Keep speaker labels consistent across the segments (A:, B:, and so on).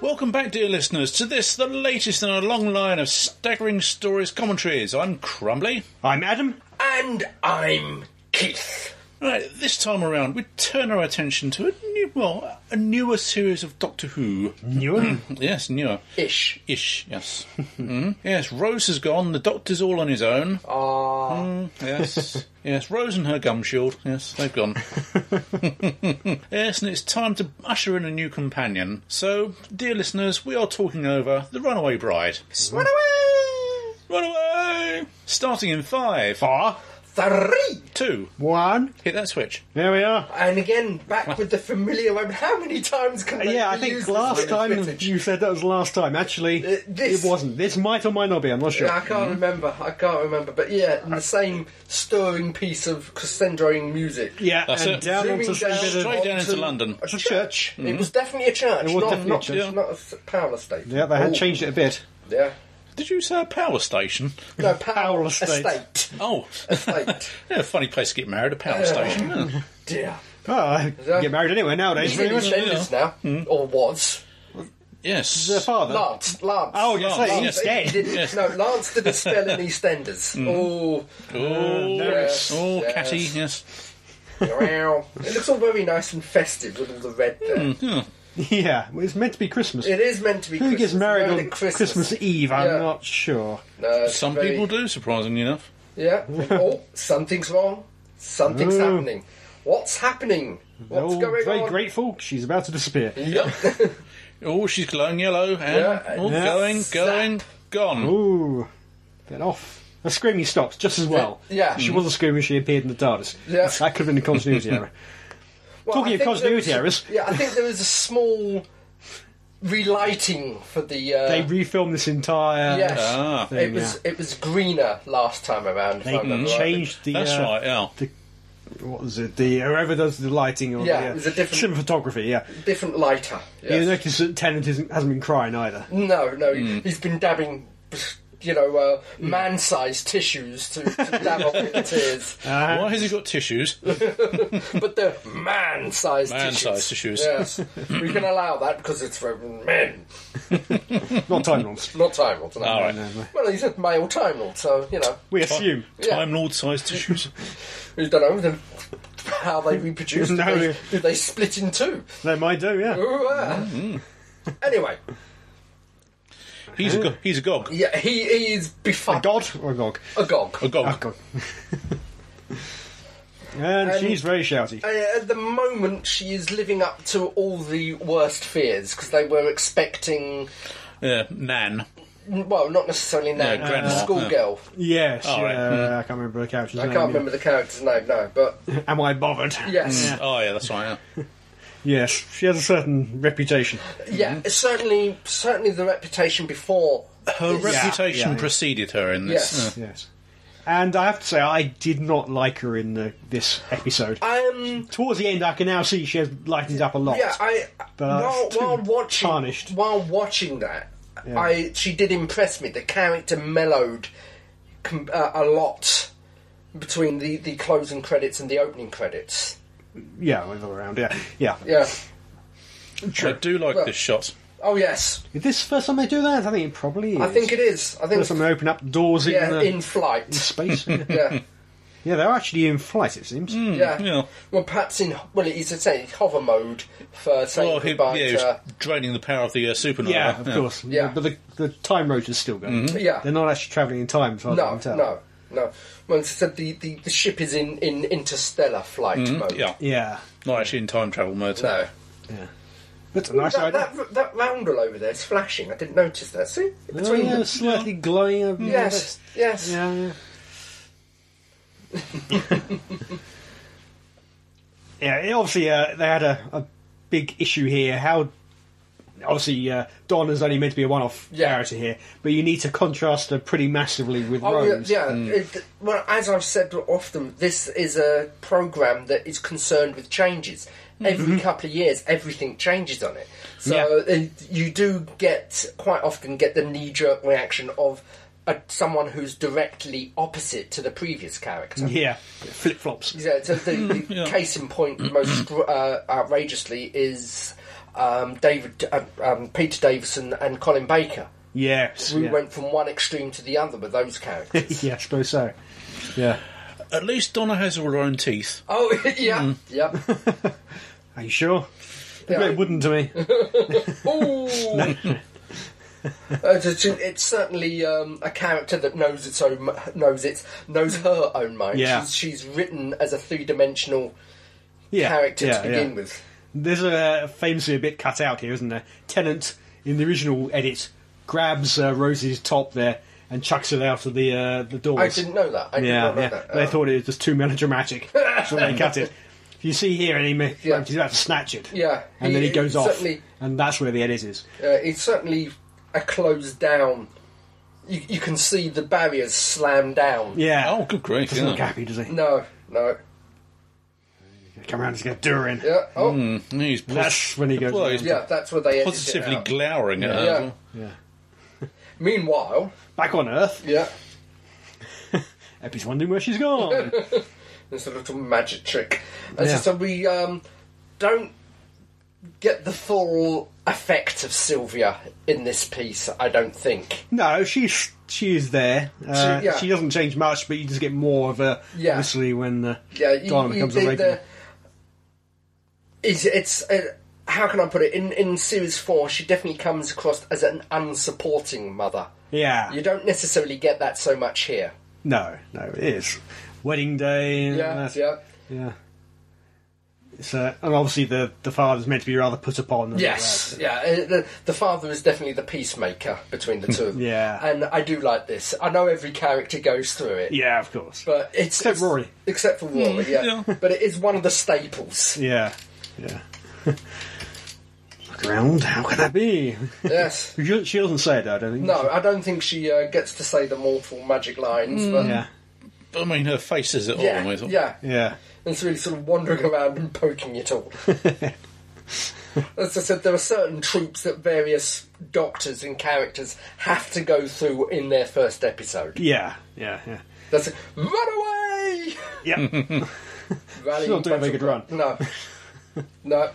A: Welcome back, dear listeners, to this, the latest in a long line of staggering stories commentaries. I'm Crumbly.
B: I'm Adam.
C: And I'm Keith.
A: Right, this time around, we turn our attention to a new, well, a newer series of Doctor Who. Mm,
B: Newer.
A: Yes, newer.
C: Ish.
A: Ish, yes. Mhm. Yes, Rose has gone, the Doctor's all on his own. Hmm?
C: Ah.
A: Yes. yes, Rose and her gum shield. Yes, they've gone. yes, and it's time to usher in a new companion. So, dear listeners, we are talking over The Runaway Bride.
C: run away!
A: Runaway! Starting in five,
B: Four.
C: Three!
A: two,
B: One.
A: hit that switch.
B: There we are.
C: And again, back with the familiar one. How many times can they
B: yeah, I think
C: reuse
B: last
C: this line of
B: time
C: footage?
B: you said that was last time. Actually,
C: Uh, this- Uh,
B: it wasn't. This might or might not be. I'm not sure.
C: I can't remember. I can't remember. But yeah, the same stirring piece of crescendroing music.
B: yeah,
A: That's
B: and
A: it.
B: down
C: Zooming
B: onto some
C: down.
B: bit of
A: Straight down
C: onto-
A: into London.
B: it's a church. Hmm.
C: It was definitely a church,
B: It was
C: not,
B: definitely a
C: not,
B: church.
C: not a s- power estate.
B: Yeah, they had
C: Ooh,
B: changed it a bit.
C: Yeah.
A: Did you say a power station?
C: No, power,
B: Power estate.
C: estate.
A: Oh,
C: Estate.
A: yeah, funny place to get married, a power station. yeah.
C: Dear.
B: Oh, I
C: that-
B: get married anyway nowadays.
C: He's
B: pretty
C: in his
B: much.
C: dentist now,
B: Hmm.
C: or was.
A: Yes.
B: Their father.
C: Lance, Lance.
B: Oh, yes,
A: Lance,
B: he's
A: yes.
C: He
B: dead.
C: did- No, Lance did a spell in EastEnders.
B: Mm.
C: Oh,
A: Oh,
C: Yes,
A: oh,
C: yes.
A: catty, yes.
C: wow. It looks all very nice and festive with all the red there.
B: Mm. Yeah, well, it's meant to be Christmas.
C: It is meant to be
B: Who
C: Christmas.
B: gets married
C: around
B: on
C: at
B: Christmas, Eve? I'm
C: Yeah.
B: not sure.
C: No, it's
A: Some
C: very-
A: people do, surprisingly enough.
C: Yeah. Oh, something's wrong. Something's
B: Oh.
C: happening. What's happening? What's
B: They're all
C: going
B: very
C: on?
B: grateful. She's about to disappear.
C: Yep.
A: Oh, she's glowing yellow, and
C: Yeah.
A: oh,
B: Yeah. Oh,
A: going,
C: Zap.
A: going, gone.
B: Ooh, bit off. The screaming stops just as well.
C: Yeah.
B: She wasn't screaming, she appeared in the TARDIS.
C: Yeah.
B: That could have been a continuity error.
C: Well,
B: Talking
C: I
B: of
C: think there
B: continuity
C: was-
B: errors.
C: Yeah, I think there was a small relighting for the. Uh,
B: They refilmed this entire.
C: Yes.
A: Ah.
B: thing,
C: it was it was greener last time around. if I
B: They
C: remember rightly.
B: changed the.
A: That's
B: uh,
A: right, yeah.
B: What was it? The whoever does the lighting or
C: Yeah,
B: the, uh,
C: it was a different-
B: cinematography. Yeah,
C: Different lighter.
B: you
C: yes.
B: notice that Tennant isn't, hasn't been crying either.
C: No, no,
A: Hmm.
C: he's been dabbing, you know, uh, man-sized tissues to, to dab off the tears.
A: Why has he got tissues?
C: But they're man-sized tissues.
A: Man-sized tissues.
C: Yes, we can allow that because it's for men,
B: Not time lords.
C: not Time Lords.
A: All right.
C: Well, he's a male Time Lord, so, you know,
B: We assume.
C: Yeah.
A: Time Lord sized tissues.
C: we don't know then how they reproduce.
B: No,
C: do, they,
B: we-
C: do they split in two?
B: They might do. Yeah.
C: Ooh, ah.
A: Mm-hmm.
C: Anyway,
A: He's a, go- he's a gog.
C: yeah, he, he is
B: A
C: befuddled.
B: god or a gog.
C: Agog.
A: A gog.
B: Oh god. and,
C: And-
B: she's very shouty.
C: Uh, at the moment, she is living up to all the worst fears because they were expecting,
A: Yeah, Nan.
C: well, not necessarily now,
A: No, grandma,
C: the schoolgirl.
B: yes.
A: all Oh, right.
B: uh, I can't remember the character's
C: I
B: name.
C: can't remember the character's name, no, but
B: Am I bothered?
C: yes.
A: Oh, yeah, that's right, yeah.
B: Yes, she has a certain reputation.
C: Yeah, certainly certainly the reputation before.
A: Her
C: Yeah,
A: reputation
B: yeah.
A: preceded her in this.
C: Yes.
B: Yes. And I have to say, I did not like her in the, this episode.
C: Um,
B: Towards the end, I can now see she has lightened up a lot.
C: yeah, I
B: But
C: while,
B: it's too
C: while watching
B: tarnished.
C: while watching that,
B: Yeah.
C: I she did impress me. The character mellowed com- uh, a lot between the, the closing credits and the opening credits.
B: Yeah, all around. Yeah, yeah.
C: Yeah.
A: Yeah. I do like
C: Well-
A: this shot.
C: Oh yes,
B: Is this the first time they do that? I think it probably is.
C: I think it is. I think
B: First time they open up doors
C: yeah,
B: in, the,
C: in flight.
B: space. yeah,
C: yeah,
B: they're actually in flight. It seems.
C: yeah.
A: Yeah.
C: Well, perhaps in well, it's a say hover mode for saying
A: Well, he, yeah,
C: goodbye
A: he
C: to.
A: was draining the power of the uh, supernova.
B: Yeah, Mm-hmm. of course.
C: Yeah.
B: but the, the time rotor's still going.
C: Yeah.
B: they're not actually travelling in time. As far as I
C: No,
B: can tell.
C: no, no. Well, it's said the, the, the ship is in, in interstellar flight mode.
A: Mm-hmm, Yeah,
B: Yeah,
A: not actually in time travel mode.
C: No.
B: yeah. That's a nice
C: that,
B: idea.
C: that, that roundel over there is flashing. I didn't notice that. See?
B: Oh,
C: Between
B: yeah,
C: the-
B: slightly glowing. Over
C: Yes, yes.
B: Yeah, yeah. yeah, it- obviously uh, they had a, a big issue here. How obviously uh, Don is only meant to be a one-off
C: Yeah.
B: character here, but you need to contrast her pretty massively with
C: Oh, yeah,
B: Rose.
C: yeah. It- well, as I've said often, this is a program that is concerned with changes.
B: Mm-hmm.
C: Every couple of years, everything changes on it. So uh, you do get quite often get the knee jerk reaction of uh someone who's directly opposite to the previous character.
B: Yeah, flip flops.
C: Yeah, so the, the case in point, most uh, outrageously, is um, David, uh, um, Peter Davison, and Colin Baker.
B: Yes.
C: We
B: yeah.
C: went from one extreme to the other with those characters.
B: yeah, I suppose so. Yeah.
A: At least Donna has all her own teeth.
C: oh, yeah,
B: Hmm.
C: yeah.
B: Are you sure? They
C: Yeah.
B: look wooden to me.
C: Ooh. Uh, it's, it's certainly um, a character that knows its own knows its knows her own mind.
B: Yeah.
C: She's, she's written as a three dimensional
B: Yeah.
C: character
B: yeah,
C: to begin
B: yeah.
C: with.
B: There's a famously a bit cut out here, isn't there? Tennant in the original edit grabs uh, Rosie's top there and chucks it out of the uh, the doors.
C: I didn't know that. I did
B: yeah,
C: not know
B: yeah.
C: that.
B: They
C: Oh.
B: thought it was just too melodramatic, so they cut it. If you see here, and he ma-
C: Yeah.
B: he's about to snatch it,
C: Yeah,
B: and then
C: he-
B: he goes off,
C: certainly-
B: and that's where the edit is.
C: Uh, it's certainly a closed down. You, you can see the barriers slam down.
B: Yeah,
A: Oh, good grief!
B: doesn't look
A: Yeah.
B: happy, does he?
C: No, no.
B: Come around, he's going to do her in.
C: Yeah. Oh,
B: Hmm.
A: He's pos-
B: That's when he goes
A: well, he's
C: yeah. That's where they edited it
A: positively
C: out.
A: glowering at her.
C: Yeah.
B: Yeah.
C: Meanwhile,
B: Back on Earth,
C: yeah,
B: Eppie's wondering where she's gone.
C: It's a little magic trick. And
B: Yeah.
C: so, so we um, don't get the full effect of Sylvia in this piece, I don't think.
B: no, she's she is there. Uh, she,
C: She- yeah.
B: doesn't change much, but you just get more of her.
C: Yeah.
B: Obviously, when uh,
C: Yeah, you,
B: Donna
C: you
B: becomes
C: did
B: a regular.
C: it's, it's uh, how can I put it? In in series four, she definitely comes across as an unsupporting mother.
B: Yeah.
C: You don't necessarily get that so much here.
B: No, no, it is wedding day. and
C: Yeah,
B: that's-
C: yeah.
B: Yeah. So, and obviously the the father's meant to be rather put upon. and all
C: Yes,
B: that.
C: yeah. uh, The, the father is definitely the peacemaker between the two. of them.
B: Yeah.
C: and I do like this. I know every character goes through it.
B: Yeah, of course.
C: But it's
B: Except
C: it's-
B: Rory.
C: Except for Rory, yeah.
A: yeah.
C: But it is one of the staples.
B: Yeah, yeah. Look around. How can that be?
C: yes.
B: She she doesn't say it. though, I don't think.
C: No, I don't think she uh, gets to say the awful magic lines, but
B: Yeah,
A: But, I mean, her face says it all.
C: yeah,
A: almost.
C: yeah.
B: yeah.
C: It's really sort of wandering around and poking it all. As I said, there are certain troops that various doctors and characters have to go through in their first episode.
B: Yeah, yeah, yeah.
C: That's it. Run away!
B: Yeah,
C: Rallying
B: She's not doing a very
C: bunch
B: good
C: of-
B: run.
C: No. No.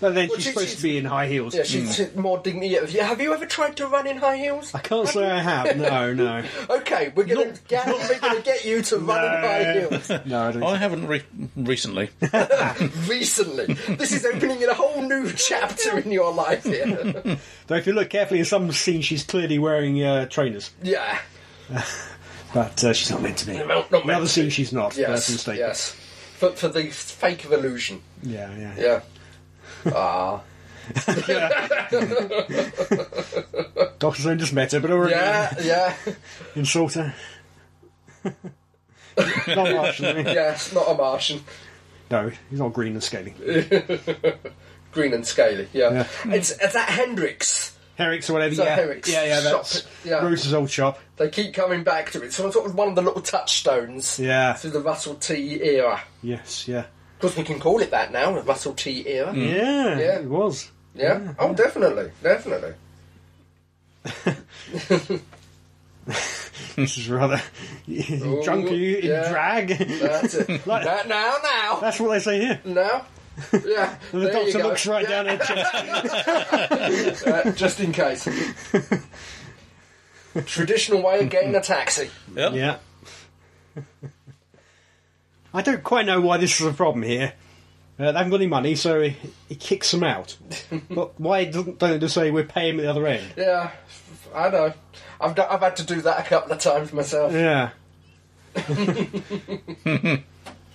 B: but then
C: Well,
B: she's
C: she-
B: supposed
C: she's-
B: to be in high heels. Mm.
C: Yeah, she's more dignity. Have you ever tried to run in high heels?
B: I can't say I have. No, no,
C: Okay, we're gonna get, we're gonna get you to run in high heels.
B: no. I don't.
A: I haven't re- recently.
C: Recently, this is opening in a whole new chapter in your life here.
B: Though if you look carefully in some scenes, she's clearly wearing uh, trainers,
C: yeah,
B: but uh, she's not meant to be.
C: not meant
B: Another
C: to
B: scene, she's not. That's
C: yes,
B: a mistake.
C: yes. For for the fake of illusion.
B: Yeah, yeah, yeah.
C: Yeah. Ah.
B: Doctor Stone just met her, but already
C: Yeah, yeah,
B: insult her. not much, is he?
C: yeah. It's not a Martian.
B: No, he's not green and scaly.
C: Green and scaly. Yeah.
B: Yeah.
C: It's, it's that Hendrix.
B: Herrick's or whatever.
C: So
B: yeah,
C: Herrick's
B: yeah, yeah. That's
C: shop, yeah.
B: Rose's old shop.
C: They keep coming back to it. So it's sort of one of the little touchstones
B: Yeah.
C: through the Russell T era.
B: Yes, yeah,
C: Of course, we can call it that now, the Russell T era.
B: Mm. yeah.
C: Yeah.
B: It was.
C: Yeah. Oh, definitely, definitely.
B: This is rather you drunk. Are you in
C: yeah.
B: drag?
C: That's it.
B: Like-
C: now, now, now,
B: That's what they say here.
C: now. Yeah.
B: And the
C: there you
B: doctor
C: go.
B: looks right down her chest.
C: Uh, just in case. Traditional way of getting a taxi.
A: Yep.
B: Yeah. I don't quite know why this is a problem here. Uh, they haven't got any money, so he, he kicks them out. but why doesn't, don't they just say we're paying at the other end?
C: Yeah, I know. I've do- I've had to do that a couple of times myself.
B: Yeah.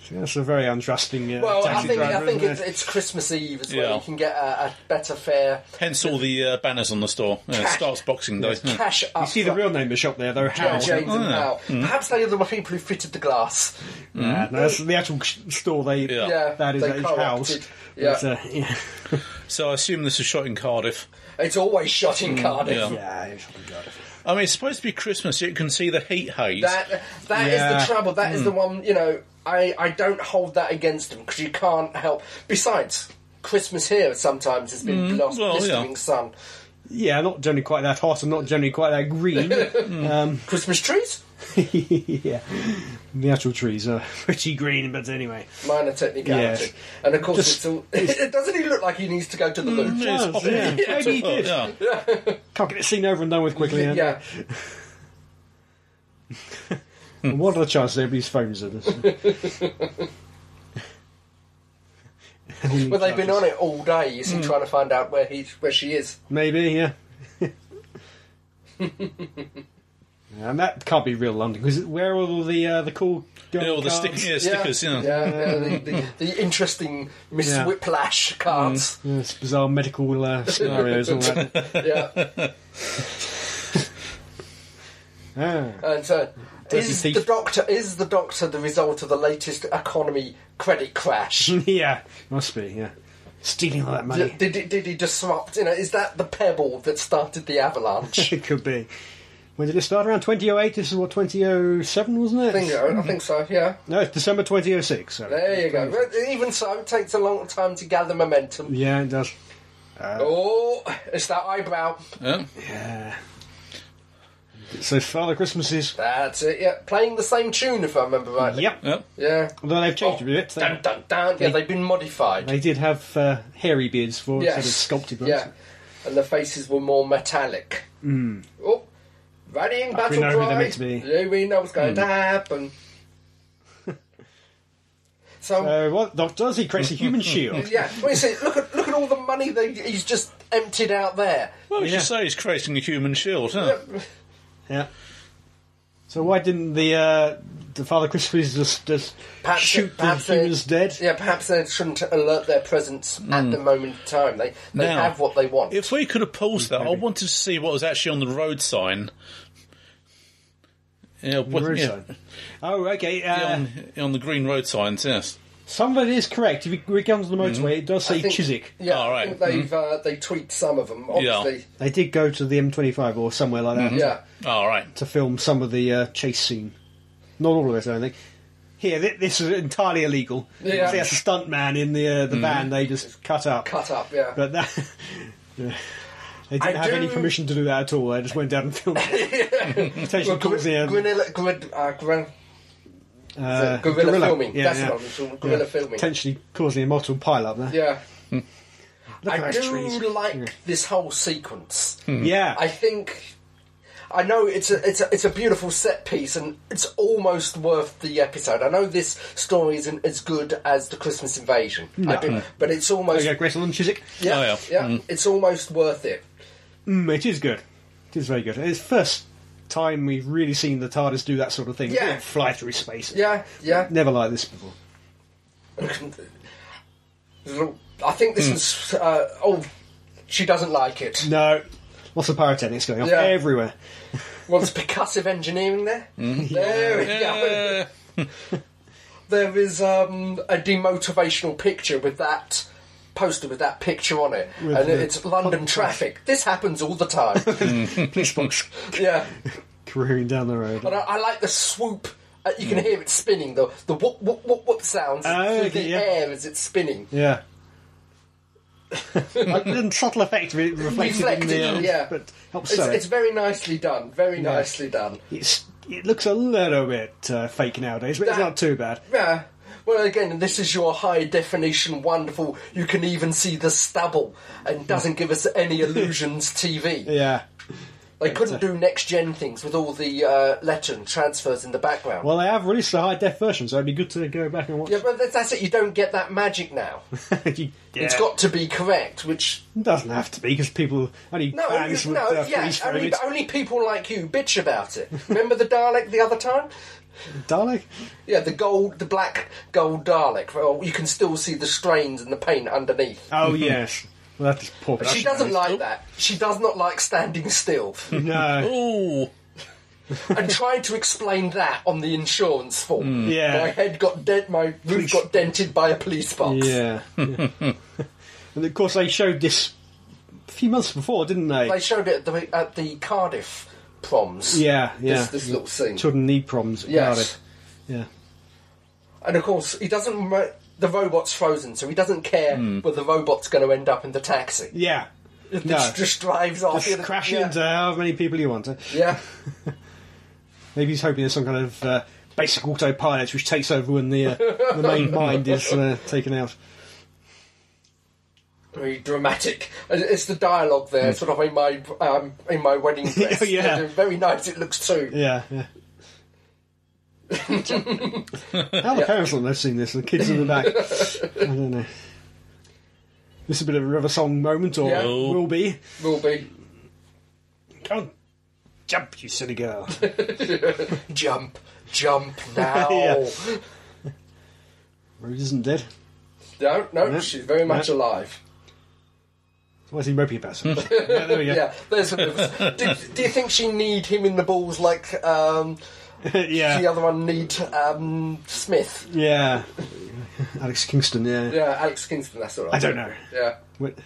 B: See, that's a very untrusting uh,
C: Well, I
B: taxi
C: think
B: driver.
C: I think
B: isn't
C: it's,
B: it?
C: it's Christmas Eve is where
A: Yeah.
C: you can get a, a better fare.
A: Hence all the uh, banners on the store. Yeah, it starts Boxing Day. Yeah.
C: Cash up.
B: Hmm. You see the
C: front.
B: real name of the shop there, though.
C: Yeah,
B: Hal.
C: James and
A: yeah.
C: Hal.
B: Hmm.
C: Perhaps they are the people who fitted the glass.
B: Yeah, Mm. no, that's the actual sh- store. They
A: Yeah.
C: Yeah,
B: that is
C: they
B: that is
C: co-opted.
B: Hal's.
C: Yeah.
B: But, uh, yeah,
A: So I assume this was shot in Cardiff.
C: It's always shot in Cardiff.
A: yeah.
B: Hmm. yeah, it's- oh, God.
A: I mean, it's supposed to be Christmas, yet you can see the heat haze.
C: That that is
B: Yeah.
C: the trouble. That is the one. You know, I I don't hold that against them because you can't help. Besides, Christmas here sometimes has been blast-
A: well, yeah.
C: blistering sun.
B: yeah, not generally quite that hot, and not generally quite that green.
C: Christmas trees.
B: yeah, the actual trees are pretty green, but anyway,
C: Minor technicality.
B: Yes.
C: And of course,
B: Just-
C: it's all. doesn't he look like he needs to go to the loo?
A: It's
B: does,
A: popping
B: yeah.
A: into the
B: Maybe he
A: top,
B: did.
A: yeah.
B: can't get it seen over and done with quickly. eh?
C: yeah.
B: And What are the chances everybody's phones are this?
C: Well, they've been on it all day. You see, trying to find out where he, where she is.
B: Maybe, yeah. and that can't be real London because where are all the uh, the cool girl
A: Yeah, all the
B: cars?
A: stick- yeah, stickers, yeah.
C: yeah, yeah, the, the, the interesting Miss
B: Yeah.
C: Whiplash cards.
B: Yes, bizarre medical uh, scenarios and all that.
C: yeah,
B: Ah.
C: and so is
B: thief.
C: the doctor is the doctor the result of the latest economy credit crash?
B: yeah, must be. Yeah, stealing all that money.
C: did, did, he- did he disrupt? You know, is that the pebble that started the avalanche?
B: it could be. When did it start? Around 2008. This is what 2007 wasn't it?
C: I think, I think so. Yeah.
B: No, it's December 2006. So.
C: There you go. But Even so, it takes a long time to gather momentum.
B: Yeah, it does.
C: Oh, it's that eyebrow.
A: Yeah.
B: Yeah. So Father Christmas is.
C: That's it. Yeah, playing the same tune if I remember rightly.
B: Yep.
A: Yeah.
C: Yeah.
B: Although they've changed a bit.
C: Oh, Dun,
B: They,
C: dun, dun. Yeah, they've been modified.
B: they did have uh, hairy beards for
C: Yes.
B: instead of sculpted ones.
C: Yeah, and the faces were more metallic. Oh, readying battle
B: Hmm. know who they're
C: cry.
B: meant to be. Hmm.
C: Yeah, we know what's going to happen. so
B: So Uh, what Doctor does? He creates a human shield.
C: yeah, well, you see, look at look at all the money they, he's just emptied out there.
A: Well, as
B: Yeah.
A: you say, he's creating a human shield, huh?
B: Yeah. So why didn't the uh, the Father Christmas just just
C: Perhaps-
B: shoot the
C: perhaps they-
B: humans dead?
C: Yeah, perhaps they shouldn't alert their presence at the moment in time. They they
A: Hmm. Now,
C: have what they want.
A: If we could have paused that, I wanted to see what was actually on the road sign. Yeah, what-
B: Road
A: yeah,
B: sign. Oh, okay. Uh,
A: yeah, on, on the green road signs, yes.
B: Some of it is correct. If you go onto the
C: Mm-hmm.
B: motorway, it does say
C: I think-
B: Chiswick.
C: Yeah,
A: All
C: I
A: right. Hmm.
C: think they've uh, they tweaked some of them. Obviously,
B: They did go to the M25 or somewhere like
A: Hmm.
B: that
C: Mm-hmm. yeah.
A: All right.
B: to film some of the uh, chase scene. Not all of it, I don't think. Here, thi- this is entirely illegal.
C: Yeah. Mm-hmm.
B: See, that's a stunt man in the uh, the van. They just cut up.
C: cut up. Yeah,
B: But that. yeah. They didn't
C: I
B: have any
C: do-
B: permission to do that at all. They just went down and filmed it. Potentially
C: Well, gor-
B: causing a,
C: gorilla, grid, uh, grin-
B: uh,
C: gorilla filming. That's what I'm talking- gorilla
B: Yeah.
C: filming.
B: Potentially causing a mortal pile-up there.
C: yeah.
B: Look
C: I
B: at
C: do
B: those trees. Hmm.
C: like this whole sequence.
B: Yeah.
C: I think I know it's a it's a, it's a beautiful set piece, and it's almost worth the episode. I know this story isn't as good as the Christmas Invasion, I do, but it's
B: Hmm.
C: almost
B: Okay, Hmm. Gretel and Chiswick.
C: yeah,
A: Oh, yeah.
C: yeah, it's almost worth it.
B: Mm, it is good. It is very good. It's first time we've really seen the TARDIS do that sort of thing.
C: Yeah.
B: Don't Fly through space.
C: Yeah, yeah.
B: Never like this before.
C: I think
B: Hmm.
C: this was uh, oh, she doesn't like it.
B: No. Lots of pyrotechnics going on
C: Yeah.
B: everywhere.
C: Well, there's percussive engineering there.
B: Hmm.
C: There we go.
A: Yeah.
C: there is um, a demotivational picture with that poster with that picture on it,
B: With
C: and
B: the
C: it's London traffic. This happens all the time.
B: Police box
C: yeah,
B: careering down the road.
C: but uh, I, I like the swoop. Uh, you can hear it spinning. The the whoop whoop whoop whoop sounds
B: Oh,
C: through
B: okay,
C: the
B: yeah.
C: air as it's spinning.
B: Yeah. like the subtle effect re- reflected in the
C: Reflected, yeah.
B: but helps
C: It's,
B: sell
C: it's
B: it.
C: very nicely done. Very nicely done.
B: It's, it looks a little bit uh, fake nowadays, but it's
C: That-
B: not too bad.
C: Yeah. Well, again, this is your high definition, wonderful. You can even see the stubble, and doesn't give us any illusions. TV.
B: Hmm. Yeah.
C: They couldn't do next gen things with all the uh, letter and transfers in the background.
B: Well, they have released a high def version, so it'd be good to go back and watch.
C: Yeah, but that's, that's it. You don't get that magic now.
B: You-
C: It's
B: Yeah.
C: got to be correct, which
B: It doesn't have to be because people only
C: no,
B: fans
C: you-
B: would
C: no,
B: uh,
C: yeah,
B: freeze frame
C: only,
B: it.
C: only people like you bitch about it. Remember the Dalek the other time?
B: Dalek.
C: Yeah, the gold, the black gold Dalek. Well, you can still see the strains and the paint underneath.
B: Oh yes, well that's just poor.
C: She
B: production,
C: doesn't
B: that
C: like that. She does not like standing still.
B: is. No.
A: Ooh.
C: and trying to explain that on the insurance form.
B: Mm. Yeah.
C: My head got dent. My roof got dented by a police box.
B: Yeah. and of course they showed this a few months before, didn't they?
C: They showed it at the, at the Cardiff proms.
B: yeah, yeah.
C: This, this little scene.
B: Children need problems.
C: Yes.
B: Got it. Yeah.
C: And of course, he doesn't. Re- the robot's frozen, so he doesn't care whether the robot's going to end up in the taxi.
B: Yeah.
C: It
B: Hmm. No.
C: just, just drives off.
B: Just
C: Yeah.
B: crash
C: yeah.
B: into however many people you want.
C: Yeah.
B: Maybe he's hoping there's some kind of uh, basic autopilot which takes over when the uh, the main mind is uh, taken out.
C: Very dramatic. And It's the dialogue there, sort of in my um, in my wedding dress.
B: Hmm. Yeah.
C: And Very nice it looks too.
B: Yeah, yeah. How the parents not noticing this? The kids in the back. I don't know. This is a bit of a river song moment, or
C: Yeah.
B: will be.
C: Will be
B: Come jump, you silly girl.
C: jump, jump now.
B: Yeah. Rose isn't dead.
C: No, no,
B: Yeah.
C: she's very much
B: Yeah.
C: alive.
B: Why's he mopey about something? yeah, there we go.
C: Yeah, there's a bit of- do, do you think she need him in the balls like um,
B: yeah.
C: the other one need um, Smith?
B: Yeah. Alex Kingston, yeah.
C: Yeah, Alex Kingston, that's all right.
B: I don't know.
C: Yeah,
B: Wait,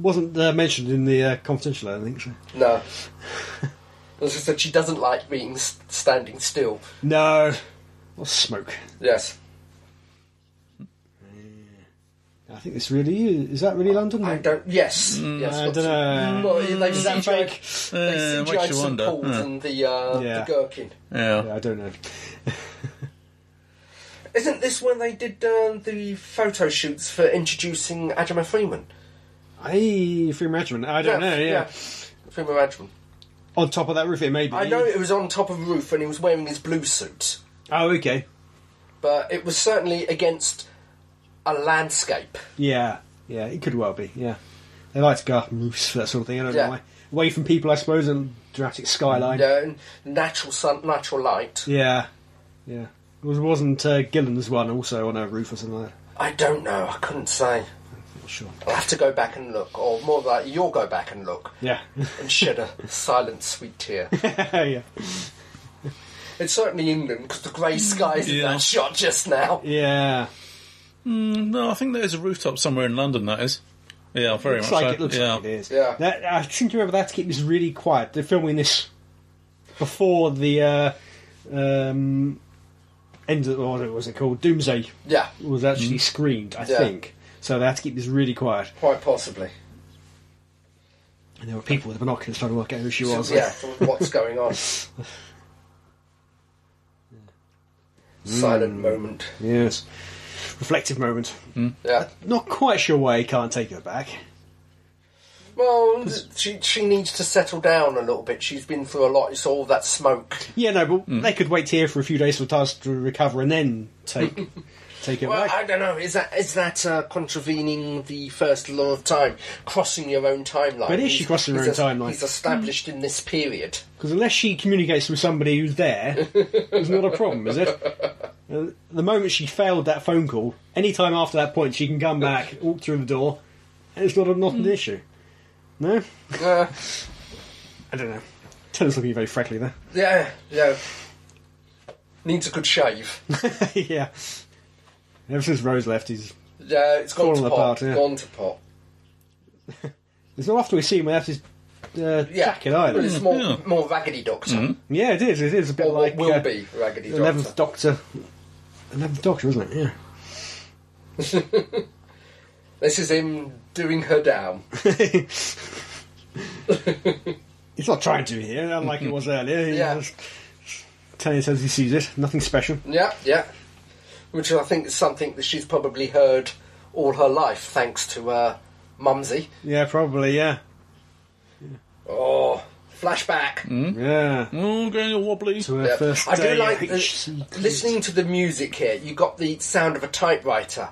B: wasn't uh, mentioned in the uh, confidential, I don't think so.
C: no. As I said, she doesn't like being s- standing still.
B: No. Or smoke.
C: Yes.
B: I think this really is. Is that really London?
C: I don't. Yes. yes
B: Mm, I
C: lots
B: don't
C: of-
B: know.
C: Well, they
B: Is that
C: CGI'd
B: fake?
C: They
A: Uh,
C: CGI'd
A: makes you
C: some
A: wonder.
C: balls
A: Yeah.
C: and the, uh,
B: Yeah.
C: the gherkin.
B: Yeah,
A: Yeah.
B: I don't know.
C: Isn't this when they did uh, the photo shoots for introducing Adama Freeman?
B: I free regiment. I don't know. Yeah.
C: Freeman Adama.
B: On top of that roof, it may be.
C: I know it was on top of a roof and he was wearing his blue suit,
B: Oh, okay.
C: but it was certainly against a landscape.
B: Yeah, yeah. It could well be. Yeah. They like to go up roofs for that sort of thing. I don't
C: Yeah.
B: know why. Away from people, I suppose, and dramatic skyline.
C: You know, natural sun, natural light.
B: Yeah, yeah. It was, wasn't uh, Gillen's one also on a roof or something like that?
C: I don't know. I couldn't say.
B: Not sure.
C: I'll have to go back and look, or more like you'll go back and look
B: Yeah,
C: and shed a silent, sweet tear.
B: yeah,
C: It's certainly England because the grey skies in
A: Yeah.
C: that shot just now.
B: yeah.
A: Mm, no, I think there's a rooftop somewhere in London. That is. Yeah, very
B: Looks
A: much.
B: like
A: so.
B: it. Looks
A: yeah.
B: like it is.
C: Yeah.
B: That, I seem to remember that skit was really quiet. They're filming this before the uh, um, end of or what was it called? Doomsday
C: Yeah,
B: was
A: Mm-hmm.
B: actually screened, I
C: Yeah.
B: think. So they had to keep this really quiet.
C: quite possibly.
B: And there were people with binoculars trying to work out who she was.
C: yeah, what's going on? Silent moment.
B: Yes. Reflective moment.
C: Yeah.
B: Not quite sure why he can't take her back.
C: Well, she she needs to settle down a little bit. She's been through a lot. It's all that smoke.
B: Yeah, no, but
A: Mm.
B: they could wait here for a few days for Taz to recover and then take take it
C: Well,
B: back.
C: I don't know. Is that is that uh, contravening the first law of time, crossing your own timeline?
B: But is
C: He's-
B: she crossing her
C: he's
B: own
C: es-
B: timeline?
C: He's established in this period.
B: Because unless she communicates with somebody who's there, it's not a problem, is it? Uh, the moment she failed that phone call, any time after that point, she can come back, walk through the door, and it's not, a, not an issue. No?
C: Uh,
B: I don't know. Taylor's looking very freckly there.
C: yeah, yeah. Needs a good shave.
B: yeah. Ever since Rose left, he's.
C: Yeah, it's gone
B: Fallen
C: to pot.
B: apart, yeah.
C: Gone to pot.
B: It's not often we see him without his uh,
C: Yeah,
B: jacket
C: Well,
B: either.
C: it's more
A: Yeah.
C: more raggedy doctor,
B: Yeah, it is. It is a bit
C: or
B: like.
C: will
B: uh,
C: be raggedy doctor.
B: Eleventh Doctor. Eleventh Doctor, isn't it? Yeah.
C: This is him doing her down.
B: it's not trying to here, unlike it was earlier. He
C: Mm-hmm. Yeah.
B: just- Telling us as he sees it, nothing special.
C: Yeah, yeah. Which I think is something that she's probably heard all her life, thanks to uh, Mumsy.
B: Yeah, probably. Yeah,
C: Oh, flashback.
B: yeah.
A: Oh, going all wobbly.
B: To her
C: Hmm? Yeah.
B: Mm, first
C: I do
B: day
C: like
B: at
C: the,
B: HC.
C: listening to the music here. You got the sound of a typewriter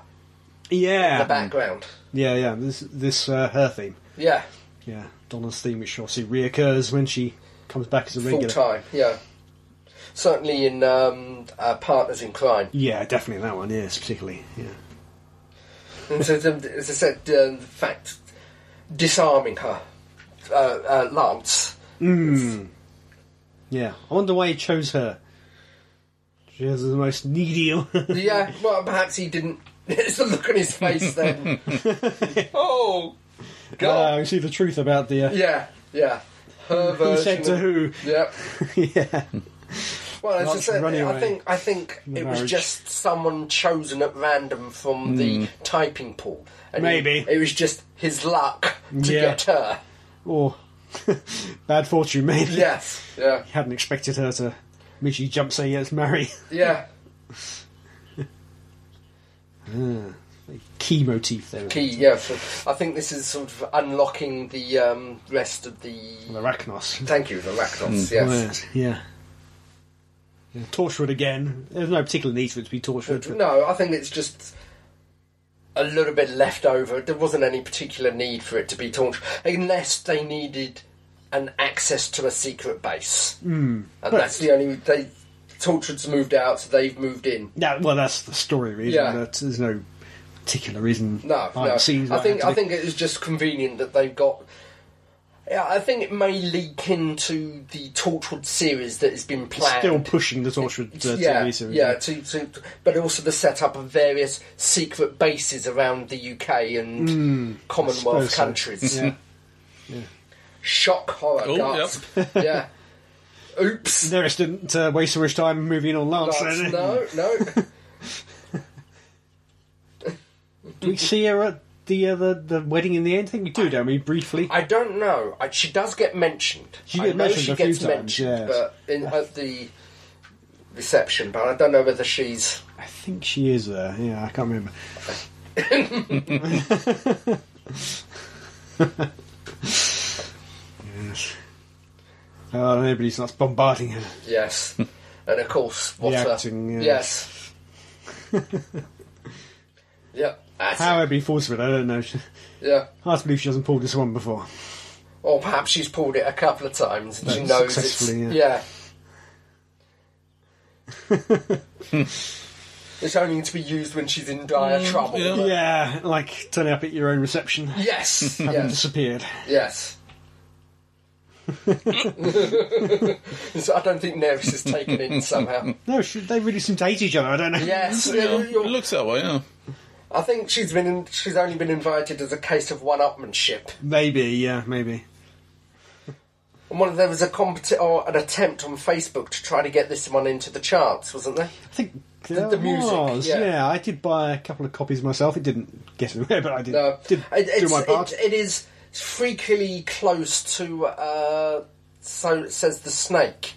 C: in
B: Yeah,
C: the background.
B: yeah, yeah. This this uh, her theme.
C: Yeah,
B: Yeah, Donna's theme, which obviously reoccurs when she comes back as a
C: full
B: regular.
C: time. Yeah, certainly in um, uh, Partners in Crime.
B: Yeah, definitely that one. Yes, particularly. Yeah.
C: And so, the- as I said, um, the fact disarming her, uh, uh, Lance.
B: Yeah, I wonder why he chose her. She has the most needy.
C: Yeah, well, perhaps he didn't. It's the look on his face then. oh,
B: Ah,
C: God.
B: we see the truth about the. Uh,
C: yeah, yeah. Her
B: Who
C: version
B: said to
C: of-
B: who?
C: Yep.
B: yeah.
C: Well, as I
B: Lance
C: said,
B: Runaway.
C: I think I think
B: The
C: it
B: marriage. Hmm.
C: was just someone chosen at random from the typing pool. And
B: Maybe.
C: it, it was just his luck to
B: Yeah.
C: get her.
B: Or Oh. bad fortune, maybe.
C: Yes, yeah.
B: Hadn't expected her to Mitchy jumps, say yes, marry.
C: Yeah,
B: Key motif there.
C: key. Yeah, for, I think this is sort of unlocking the um, rest of the.
B: The Arachnos.
C: Thank you, the Arachnos. Yes.
B: Yeah. yeah. Torchwood again. There's no particular need for it to be Torchwood. but-
C: No, I think it's just a little bit left over. There wasn't any particular need for it to be torched, unless they needed an access to a secret base, mm,
B: Hmm.
C: and that's the only they. Torchwood's moved out, so they've moved in.
B: Yeah, well, that's the story reason.
C: Yeah.
B: But there's no particular reason.
C: No,
B: behind
C: no. I
B: the scenes that
C: think
B: had
C: I
B: to
C: think it was just convenient that they've got. Yeah, I think it may leak into the Torchwood series that has been
B: be-
C: planned.
B: still pushing the Torchwood uh,
C: yeah,
B: TV series.
C: yeah, to, to, but also the setup of various secret bases around the UK and Commonwealth
B: suppose so.
C: countries.
B: Hmm. Yeah.
C: Shock horror,
A: Oh,
C: gasp. yeah. Oops.
B: Nerys didn't uh, waste so much time moving on Lance.
C: That's-
B: did he?
C: no, no.
B: Do we see her at the, uh, the the wedding in the end? I think we do, don't we? Briefly.
C: I don't know. I, she does get mentioned.
B: She
C: I
B: gets
C: know
B: mentioned
C: she
B: a few
C: gets
B: times,
C: mentioned,
B: yes.
C: but in, at the reception, but I don't know whether she's.
B: I think she is there. Yeah, I can't remember. yes. Oh, nobody's not bombarding her.
C: Yes. and of course, what a-
B: acting, yeah.
C: Yes. yep. That's
B: How
C: it.
B: everybody falls for it, I don't know. She-
C: Yeah.
B: Hard to believe she hasn't pulled this one before.
C: Or perhaps she's pulled it a couple of times and she
B: But
C: knows it's.
B: successfully, yeah.
C: Yeah. it's only to be used when she's in dire trouble.
A: yeah.
C: but-
B: Yeah, like turning up at your own reception,
C: Yes.
B: having
C: yes.
B: disappeared.
C: Yes. so I don't think Nerys is taken in somehow.
B: No, she, they really seem to hate each other. I don't know.
C: Yes,
A: Yeah,
C: you-
A: it
C: you-
A: looks that way, yeah.
C: I think she's been. In, she's only been invited as a case of one-upmanship.
B: Maybe, yeah, maybe.
C: And one, there was a compet- or an attempt on Facebook to try to get this one into the charts, wasn't there?
B: I think
C: the music,
B: was,
C: yeah.
B: I did buy a couple of copies myself. It didn't get anywhere, but I did,
C: No,
B: did
C: It-
B: do
C: it's,
B: my part.
C: It, it is freakily close to. Uh, so it says the snake.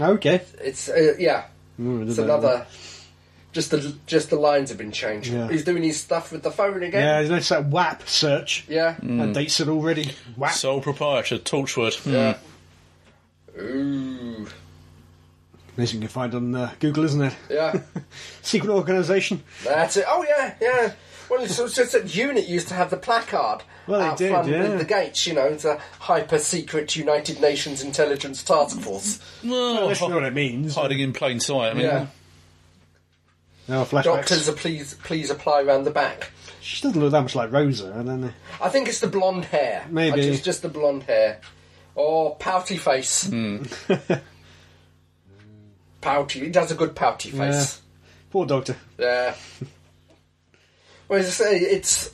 B: okay.
C: It's uh, yeah.
B: Mm, I did
C: It's
B: that.
C: another. Just the just the lines have been changed.
B: Yeah.
C: He's doing his stuff with the phone
B: Yeah,
C: again.
B: there's noticed that WAP search.
C: Yeah.
B: That dates it already. WAP.
A: Sole proprietor, Torchwood. Hmm.
C: Yeah. Ooh.
B: Amazing you can find on uh, Google, isn't it?
C: Yeah.
B: Secret organisation.
C: That's it. Oh yeah, yeah. Well, it's, it's just that unit used to have the placard
B: Well, they
C: out
B: did,
C: front
B: yeah.
C: with the gates. You know, it's a hyper secret United Nations Intelligence Task Force.
A: Well,
B: That's not what it means.
A: hiding in plain sight. I mean,
C: Yeah.
B: No, flashbacks.
C: Doctors, are please please apply round the back.
B: She doesn't look that much like Rosa, I don't know.
C: I think it's the blonde hair.
B: Maybe.
C: it's just the blonde hair, or pouty face. pouty. He does a good pouty face.
B: Poor doctor.
C: Yeah. well, as I say, it's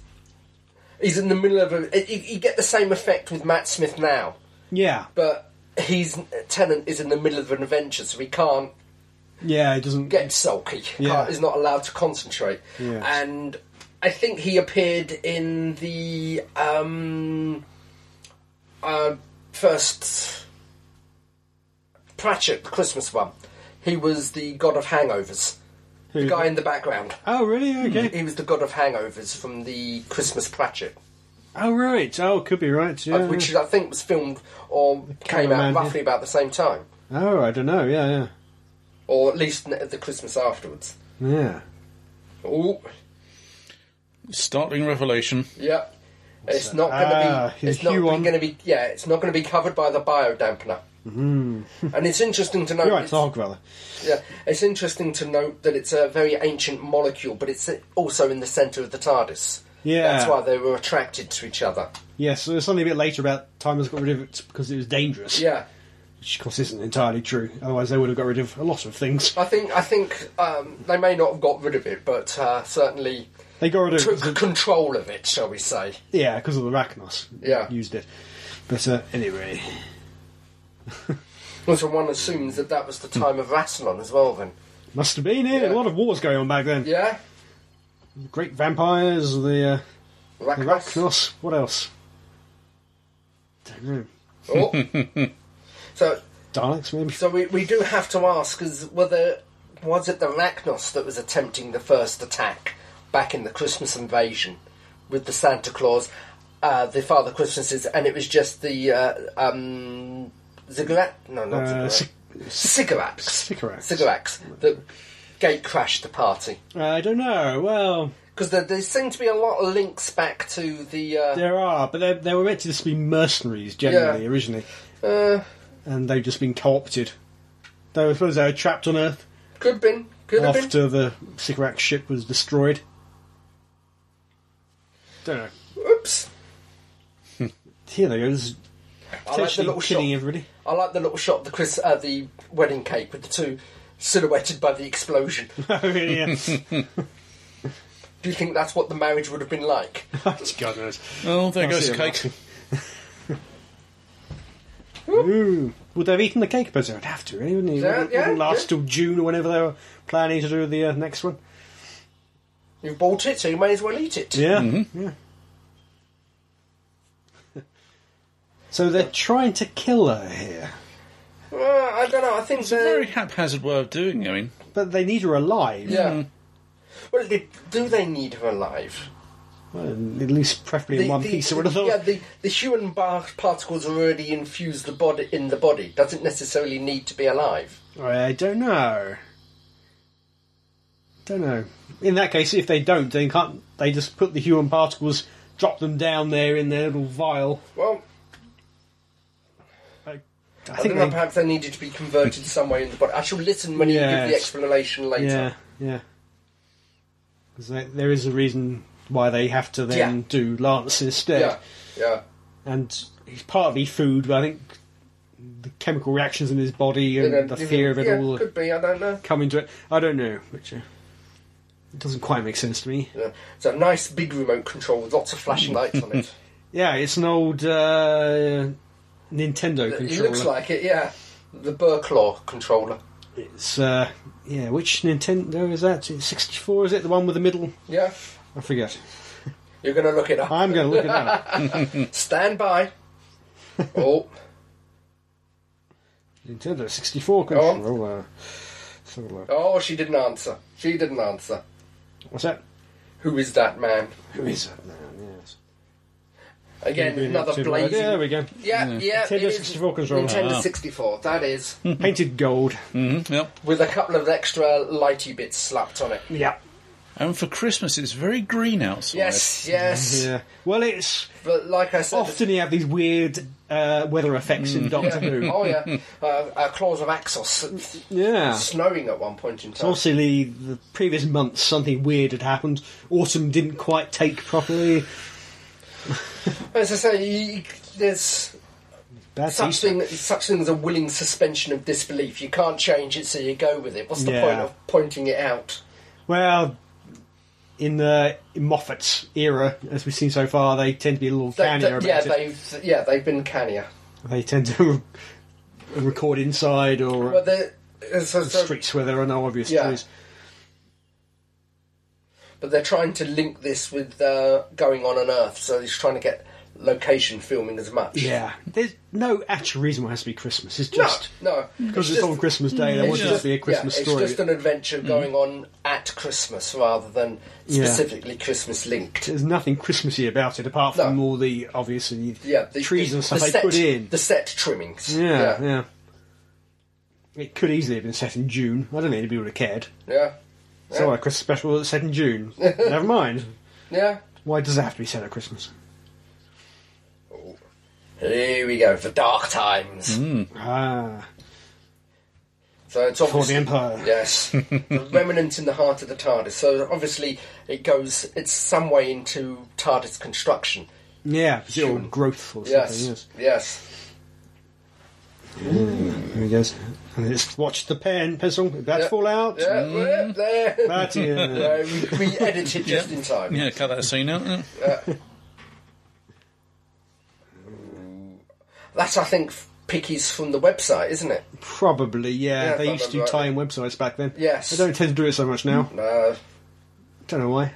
C: he's in the middle of a. You you get the same effect with Matt Smith now,
B: Yeah.
C: but he's Tennant is in the middle of an adventure, so he can't
B: Yeah, it doesn't.
C: get sulky.
B: Yeah.
C: Can't, is not allowed to concentrate.
B: Yeah.
C: And I think he appeared in the um, uh, first Pratchett the Christmas one. He was the god of hangovers.
B: Who-
C: The guy in the background.
B: Oh, really? Okay.
C: He was the god of hangovers from the Christmas Pratchett, uh,
B: Oh, right. Oh, could be right. Yeah.
C: which I think was filmed or came out
B: cameraman, yeah.
C: roughly about the same time,
B: Oh, I don't know. Yeah,
C: or at least n- the Christmas afterwards.
B: yeah. Yeah.
C: Oh,
A: startling revelation.
C: Yeah. It's not going to
B: Ah,
C: be.
B: he's
C: It's not
B: Hugh
C: going
B: on.
C: to be. Yeah, it's not going to be covered by the biodampener. Mm. and it's interesting to note.
B: Hmm. You're right, it's
C: it's-
B: Hogbrother.
C: yeah, it's interesting to note that it's a very ancient molecule, but it's also in the centre of the TARDIS.
B: Yeah.
C: that's why they were attracted to each other.
B: Yeah, so there's something a bit later about Timers got rid of it because it was dangerous.
C: Yeah,
B: Which, of course, isn't entirely true. Otherwise, they would have got rid of a lot of things.
C: I think I think um, they may not have got rid of it, but uh, certainly
B: They got rid of it.
C: took
B: 'cause of-
C: control of it, shall we say?
B: yeah, because of the Arachnos.
C: Yeah.
B: Used it. But uh, anyway.
C: Well, So one assumes that that was the time of Rassilon as well. Then,
B: Must have been it.
C: Yeah.
B: A lot of wars going on back then.
C: yeah,
B: Great vampires, the, uh, the
C: Rakdos?
B: Arachnos. What else? Don't know.
C: Oh. so
B: Daleks, maybe.
C: So we, we do have to ask is whether was it the Rachnos that was attempting the first attack back in the Christmas invasion with the Santa Claus, uh, the Father Christmases, and it was just the uh, um, Ziggurat? No, not
B: Uh,
C: Ziggurat. Cigarettes.
B: Sycorax.
C: Cigarettes. That gate crashed the party.
B: I don't know. Well,
C: Because there, there seem to be a lot of links back to the. Uh,
B: there are, but they, they were meant to just be mercenaries generally
C: Yeah.
B: originally,
C: uh,
B: and they've just been co-opted. They were supposed they were trapped on Earth
C: could have been. Could have been.
B: after the Sycorax ship was destroyed. Don't know.
C: Oops.
B: Here they go. This is
C: I like the
B: potentially
C: little shot.
B: killing everybody.
C: I like the little shot of the Chris, uh, the wedding cake with the two silhouetted by the explosion.
B: yeah.
C: Do you think that's what the marriage would have been like?
B: God knows.
A: Oh, there
B: I'll
A: goes
B: see
A: the
B: you,
A: cake.
B: Ooh. Would they have eaten the cake? But they'd have to, really, wouldn't they?
C: Yeah,
B: Wouldn't-
C: yeah,
B: wouldn't last
C: yeah.
B: till June or whenever they were planning to do the uh, next one.
C: You bought it, so you may as well eat it.
B: Yeah,
C: Mm-hmm.
B: yeah. so they're trying to kill her here,
C: Uh, I don't know. I think
A: It's a
C: they're-
A: very haphazard way of doing it. I mean,
B: but they need her alive.
C: Yeah. Well, they, do they need her alive?
B: Well, at least preferably in one piece. I would have
C: Yeah,
B: thought.
C: the, the human bar- particles are already infused the body in the body. Doesn't necessarily need to be alive.
B: I don't know. Don't know. In that case, if they don't, then can't they just put the human particles, drop them down there in their little vial?
C: Well,
B: I, I
C: I,
B: think
C: don't know.
B: they-
C: Perhaps they needed to be converted some way in the body. I shall listen when you give the
B: Yes.
C: explanation later.
B: Yeah, yeah. Because there is a reason why they have to then
C: Yeah.
B: do Lance instead.
C: yeah, yeah.
B: And he's partly food, but I think the chemical reactions in his body and
C: You know,
B: the
C: you
B: fear of
C: know,
B: it
C: uh, yeah,
B: all
C: could be. I don't know.
B: come into it. I don't know, which uh, it doesn't quite make sense to me.
C: Yeah. It's a nice big remote control with lots of flashing lights on it.
B: Yeah, it's an old uh, Nintendo controller.
C: it looks like it. Yeah, the Burklaw controller.
B: it's uh, yeah, which Nintendo is that? It's 64, is it? The one with the middle?
C: Yeah,
B: I forget.
C: you're going to look it up.
B: I'm going to look it up.
C: Stand by. oh,
B: Nintendo 64
C: Go on.
B: controller. Let's have a look.
C: oh, she didn't answer. She didn't answer.
B: What's that?
C: Who is that man?
B: Who is that man? Yes.
C: Again, another blazing.
B: There we go.
C: Yeah, yeah.
B: Nintendo
C: it is
B: 64 controller. Hmm.
C: Nintendo
A: Ah.
C: 64. That is
B: Painted gold.
A: mm-hmm, yep.
C: with a couple of extra lighty bits slapped on it.
B: Yeah.
A: And for Christmas, it's very green outside.
C: Yes, yes.
B: Yeah. Well, it's
C: But like I said,
B: often you have these weird uh, weather effects in Doctor
C: Yeah.
B: Who.
C: oh yeah, uh, uh, claws of Axos
B: Yeah.
C: snowing at one point in time.
B: Obviously, the previous month something weird had happened. Autumn didn't quite take properly.
C: As I say, you, there's
B: That's
C: such
B: Easter.
C: thing such thing as a willing suspension of disbelief. You can't change it, so you go with it. What's the
B: Yeah.
C: point of pointing it out?
B: Well, in the in Moffat's era, as we've seen so far, they tend to be a little
C: They-
B: cannier about
C: they- yeah,
B: it.
C: they've yeah they've been cannier.
B: They tend to record inside or
C: Well, they so,
B: the
C: so-
B: streets where there are no obvious
C: Yeah.
B: clues.
C: but they're trying to link this with uh, going on on Earth, so he's trying to get location filming as much.
B: Yeah, there's no actual reason why it has to be Christmas. It's
C: No,
B: just
C: no,
B: because it's,
C: just-
B: on Christmas Day, there
C: it's
B: wants
C: just-
B: to be a Christmas
C: yeah,
B: story. Mm-hmm.
C: It's just an adventure going on at Christmas rather than
B: Yeah.
C: specifically Christmas linked.
B: There's nothing Christmassy about it apart
C: No.
B: from all the obviously
C: Yeah, the,
B: trees
C: the-
B: and stuff
C: the
B: they
C: set,
B: put in.
C: the set trimmings.
B: yeah, yeah,
C: yeah.
B: It could easily have been set in June. I don't think anybody would have cared.
C: yeah.
B: So why a Christmas special that's set in June? Never mind.
C: yeah.
B: Why does it have to be set at Christmas?
C: Here we go for dark times.
B: Ah,
C: So it's
B: for
C: obviously
B: the Empire.
C: yes, the remnant in the heart of the TARDIS. So obviously it goes. It's some way into TARDIS construction.
B: Yeah, it's the old growth or something.
C: Yes,
B: yes.
C: yes.
B: There he goes. And it's watch the pen pencil. That's
C: Yeah.
B: fall out.
C: Yeah, well, Uh, there.
B: That, yeah.
C: Uh, we, we edited just in time.
A: Yeah, cut that scene out. yeah.
C: That's I think f- pickies from the website, isn't it?
B: Probably, yeah.
C: Yeah,
B: they
C: if I
B: used to do
C: remember
B: tie in websites back then.
C: Yes.
B: They don't tend to do it so much now.
C: No,
B: Don't know why.
C: Uh,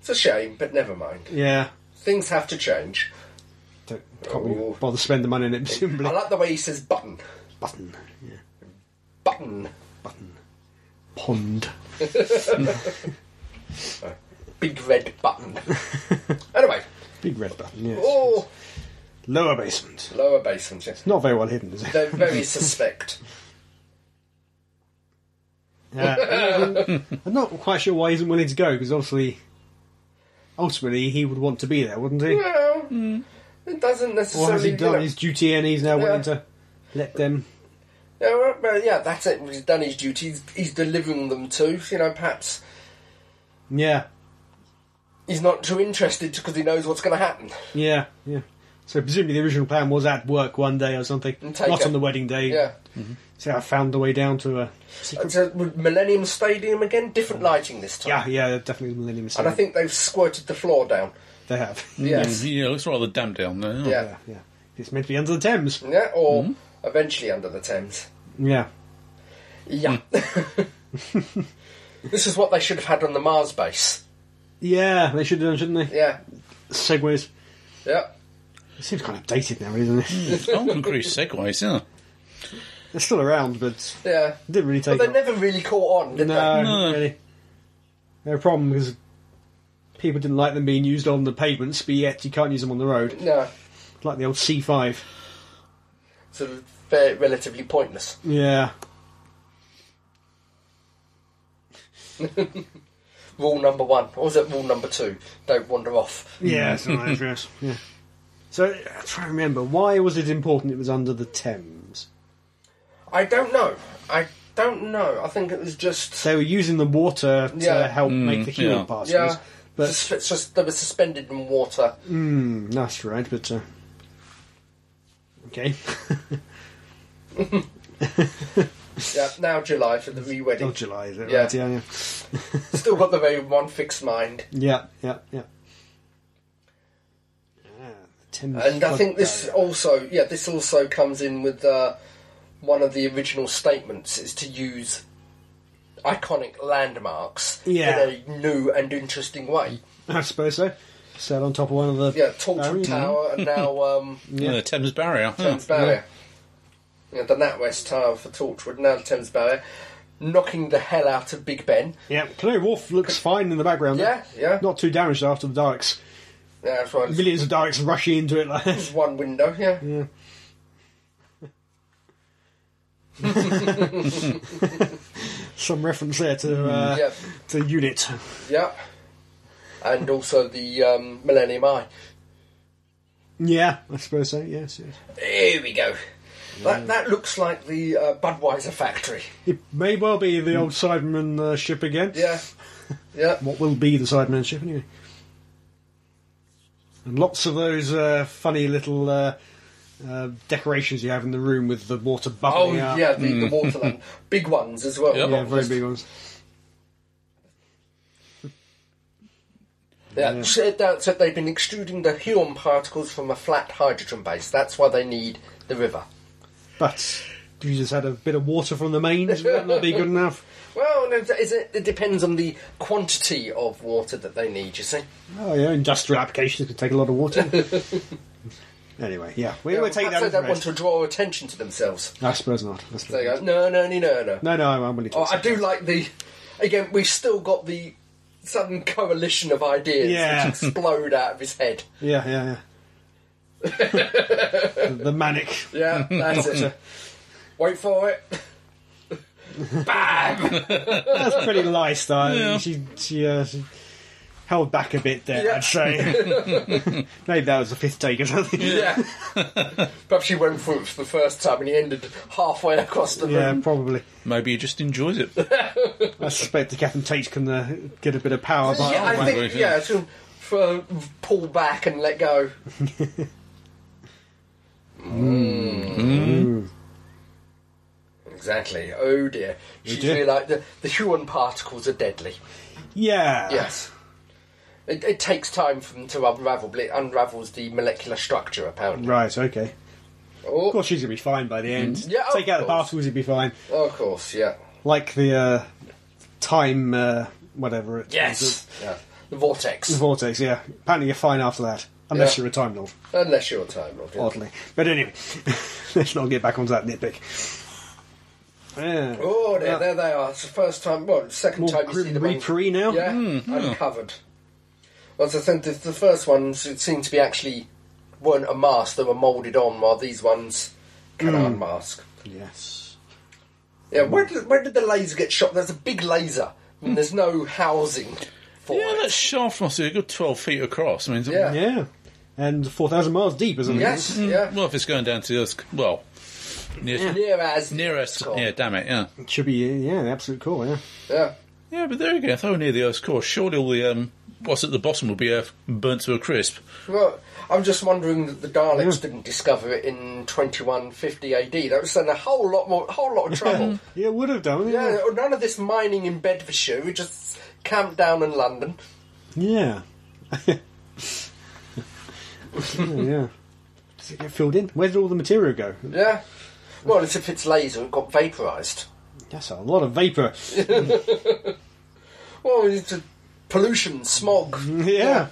C: it's a shame, but never mind.
B: Yeah.
C: Things have to change.
B: Don't, can't be
C: Oh.
B: bother spend the money on it,
C: I
B: presumably.
C: like the way he says button.
B: Button. Yeah.
C: Button.
B: Pond.
C: Big red button. anyway,
B: Big red button, yes.
C: oh,
B: Lower basement.
C: lower basement. Yes.
B: Not very well hidden, is it?
C: They're very suspect.
B: Uh, I'm not quite sure why he isn't willing to go, because obviously, ultimately, he would want to be there, wouldn't he?
C: Well, it doesn't
B: Or
C: necessarily.
B: Hmm. has he
C: you
B: done
C: know-
B: his duty and he's now willing
C: Yeah.
B: to let them?
C: Yeah, well, well, yeah, that's it. He's done his duty. He's, he's delivering them to. You know, perhaps
B: Yeah,
C: he's not too interested because he knows what's going to happen.
B: yeah, yeah. So presumably the original plan was at work one day or something,
C: And take
B: not
C: it.
B: on the wedding day.
C: Yeah.
B: See, I found the way down to a secret.
C: It's a Millennium Stadium again, different lighting this time.
B: yeah, yeah, definitely Millennium Stadium.
C: And I think they've squirted the floor down.
B: they have.
C: Yes.
A: Yeah, it looks rather damp down there. doesn't it?
C: Yeah.
B: yeah, yeah. It's meant to be under the Thames.
C: Yeah, or
B: Mm-hmm.
C: eventually under the Thames.
B: Yeah,
C: Yeah.
B: Mm.
C: this is what they should have had on the Mars base.
B: yeah. They should have done, shouldn't they?
C: Yeah.
B: Segways.
C: Yeah.
B: It seems kind of dated now, really, doesn't
C: Hmm.
A: Oh,
B: it?
A: increased segways, yeah.
B: They're still around, but
C: Yeah.
B: didn't really
C: But
B: take.
C: they
B: off.
C: never really caught on, did
B: No,
A: No.
B: really. Their problem is people didn't like them being used on the pavements, but yet you can't use them on the road.
C: they? No.
B: Like the old C5.
C: Sort of fair, relatively pointless.
B: Yeah.
C: Rule number one. Or was it rule number two? Don't wander off.
B: Yeah, it's an address. Yeah. So, I try to remember, why was it important it was under the Thames?
C: I don't know. I don't know. I think it was just.
B: They were using the water to
C: Yeah.
B: help make the human
A: yeah.
B: particles.
C: Yeah.
B: But,
C: Sus- it's just they were suspended in water.
B: mm, that's right, but, uh, okay.
C: Yeah, now July for the re-wedding.
B: Till July, is it
C: Yeah.
B: right? Yeah, yeah.
C: Still got the very one fixed mind.
B: Yeah, yeah, yeah. Ah, the Thames
C: And I
B: flood
C: think this
B: barrier.
C: also, yeah, this also comes in with uh, one of the original statements is to use iconic landmarks
B: Yeah.
C: in a new and interesting way.
B: I suppose so. Sat on top of one of the
C: Yeah, Torchwood
B: barriers.
C: Tower and now um,
A: Yeah, the Thames Barrier. yeah.
C: Thames Barrier. Yeah. done that West Tower for Torchwood, now the Thames Barrier. Knocking the hell out of Big Ben.
B: Yeah, Canary Wharf looks fine in the background.
C: Yeah, yeah.
B: Not too damaged after the Daleks.
C: Yeah, that's right.
B: Millions of Daleks rushing into it like
C: There's one window, yeah.
B: some reference there to uh,
C: Mm, Yeah,
B: to unit.
C: yeah. And also the um, Millennium Eye.
B: Yeah, I suppose so. Yes, yes.
C: Here we go. That, that looks like the uh, Budweiser factory.
B: It may well be the old Sidemen uh, ship again.
C: Yeah. Yeah.
B: What will be the Sidemen ship anyway? And lots of those uh, funny little uh, uh, decorations you have in the room with the water
C: Oh,
B: bubbling
C: yeah,
B: out.
C: the, the Waterland. Big ones as well.
A: Yep.
B: Hmm. yeah, very big ones.
C: Yeah. Said that, said they've been extruding the Huon particles from a flat hydrogen base. That's why they need the river.
B: But if you just had a bit of water from the mains, would that not be good enough?
C: Well, no, that is it, it depends on the quantity of water that they need, you see.
B: Oh yeah, industrial applications could take a lot of water. anyway, yeah, we
C: Yeah,
B: will take that.
C: perhaps they
B: as
C: don't
B: read.
C: want to draw attention to themselves.
B: I suppose not. I suppose
C: They
B: not.
C: go, no, no, no, no, no.
B: No, no, I'm, I'm willing to.
C: Oh, I
B: accept
C: do
B: that.
C: like the. Again, we've still got the sudden coalition of ideas
B: Yeah.
C: which explode out of his head.
B: Yeah, yeah, yeah. the, the manic.
C: Yeah, that's it. Wait for it. Bam!
B: That's pretty nice, though.
A: Yeah.
B: She she, uh, she held back a bit there.
C: Yeah.
B: I'd say maybe that was the fifth take or something.
C: yeah. Perhaps she went for it for the first time and he ended halfway across the
B: Yeah,
C: room.
B: probably.
A: Maybe he just enjoys it.
B: I suspect the Captain Tate can uh, get a bit of power. By
C: Yeah,
A: Oh,
C: I
A: my
C: think,
A: goodness,
C: yeah,
A: yeah.
C: to for, uh, pull back and let go.
B: Mm.
C: Mm. Exactly. Oh dear. She's
B: dear.
C: realised the, the Huon particles are deadly.
B: yeah,
C: Yes. It, it takes time for them to unravel, but it unravels the molecular structure, apparently.
B: Right. Okay.
C: Oh,
B: Of course, she's gonna be fine by the end.
C: Yeah, of
B: Take out the
C: course.
B: particles, you'd be fine.
C: of course, yeah.
B: Like the uh, time, uh, whatever. It
C: Yes. Yeah. The vortex.
B: the vortex. Yeah. Apparently, you're fine after that. unless
C: Yeah.
B: you're a Time Lord,
C: Unless you're a Time Lord. yeah.
B: oddly. But anyway, let's not get back onto that nitpick. Yeah.
C: Oh, there,
B: Yeah.
C: there they are. It's the first time, well, second
B: More
C: time you see
B: Grim
C: them. on-
B: Reapery now? Hmm,
C: Yeah, uncovered. Well, so I think the, the first ones it seemed to be actually weren't unmasked; they were moulded on, while these ones can
B: Hmm.
C: unmask.
B: Yes.
C: Yeah, where did, where did the laser get shot? There's a big laser, and there's no housing for
A: Yeah, that
C: it.
A: shaft must be a good 12 feet across. I mean, it's-
C: Yeah.
B: Yeah. And 4,000 miles deep, isn't
C: Yes,
B: it?
C: yeah.
A: well, if it's going down to the Earth, well, near,
C: Near as
A: near Earth's
C: core.
A: Yeah, damn it, yeah.
B: It should be, uh, yeah, an absolute core, yeah.
C: yeah.
A: Yeah, but there you go. If they were near the Earth's core, surely all the um, what's at the bottom would be uh, burnt to a crisp.
C: Well, I'm just wondering that the Daleks
B: Yeah.
C: didn't discover it in 2150 AD. That was in a whole lot more, whole lot of trouble.
B: Yeah, it would have done,
C: yeah, none of this mining in Bedfordshire. We just camped down in London.
B: Yeah. yeah, yeah. Does it get filled in? Where did all the material go?
C: Yeah. Well, it's if it's laser, it got vaporised.
B: That's a lot of vapour.
C: Well, it's a pollution, smog.
B: yeah.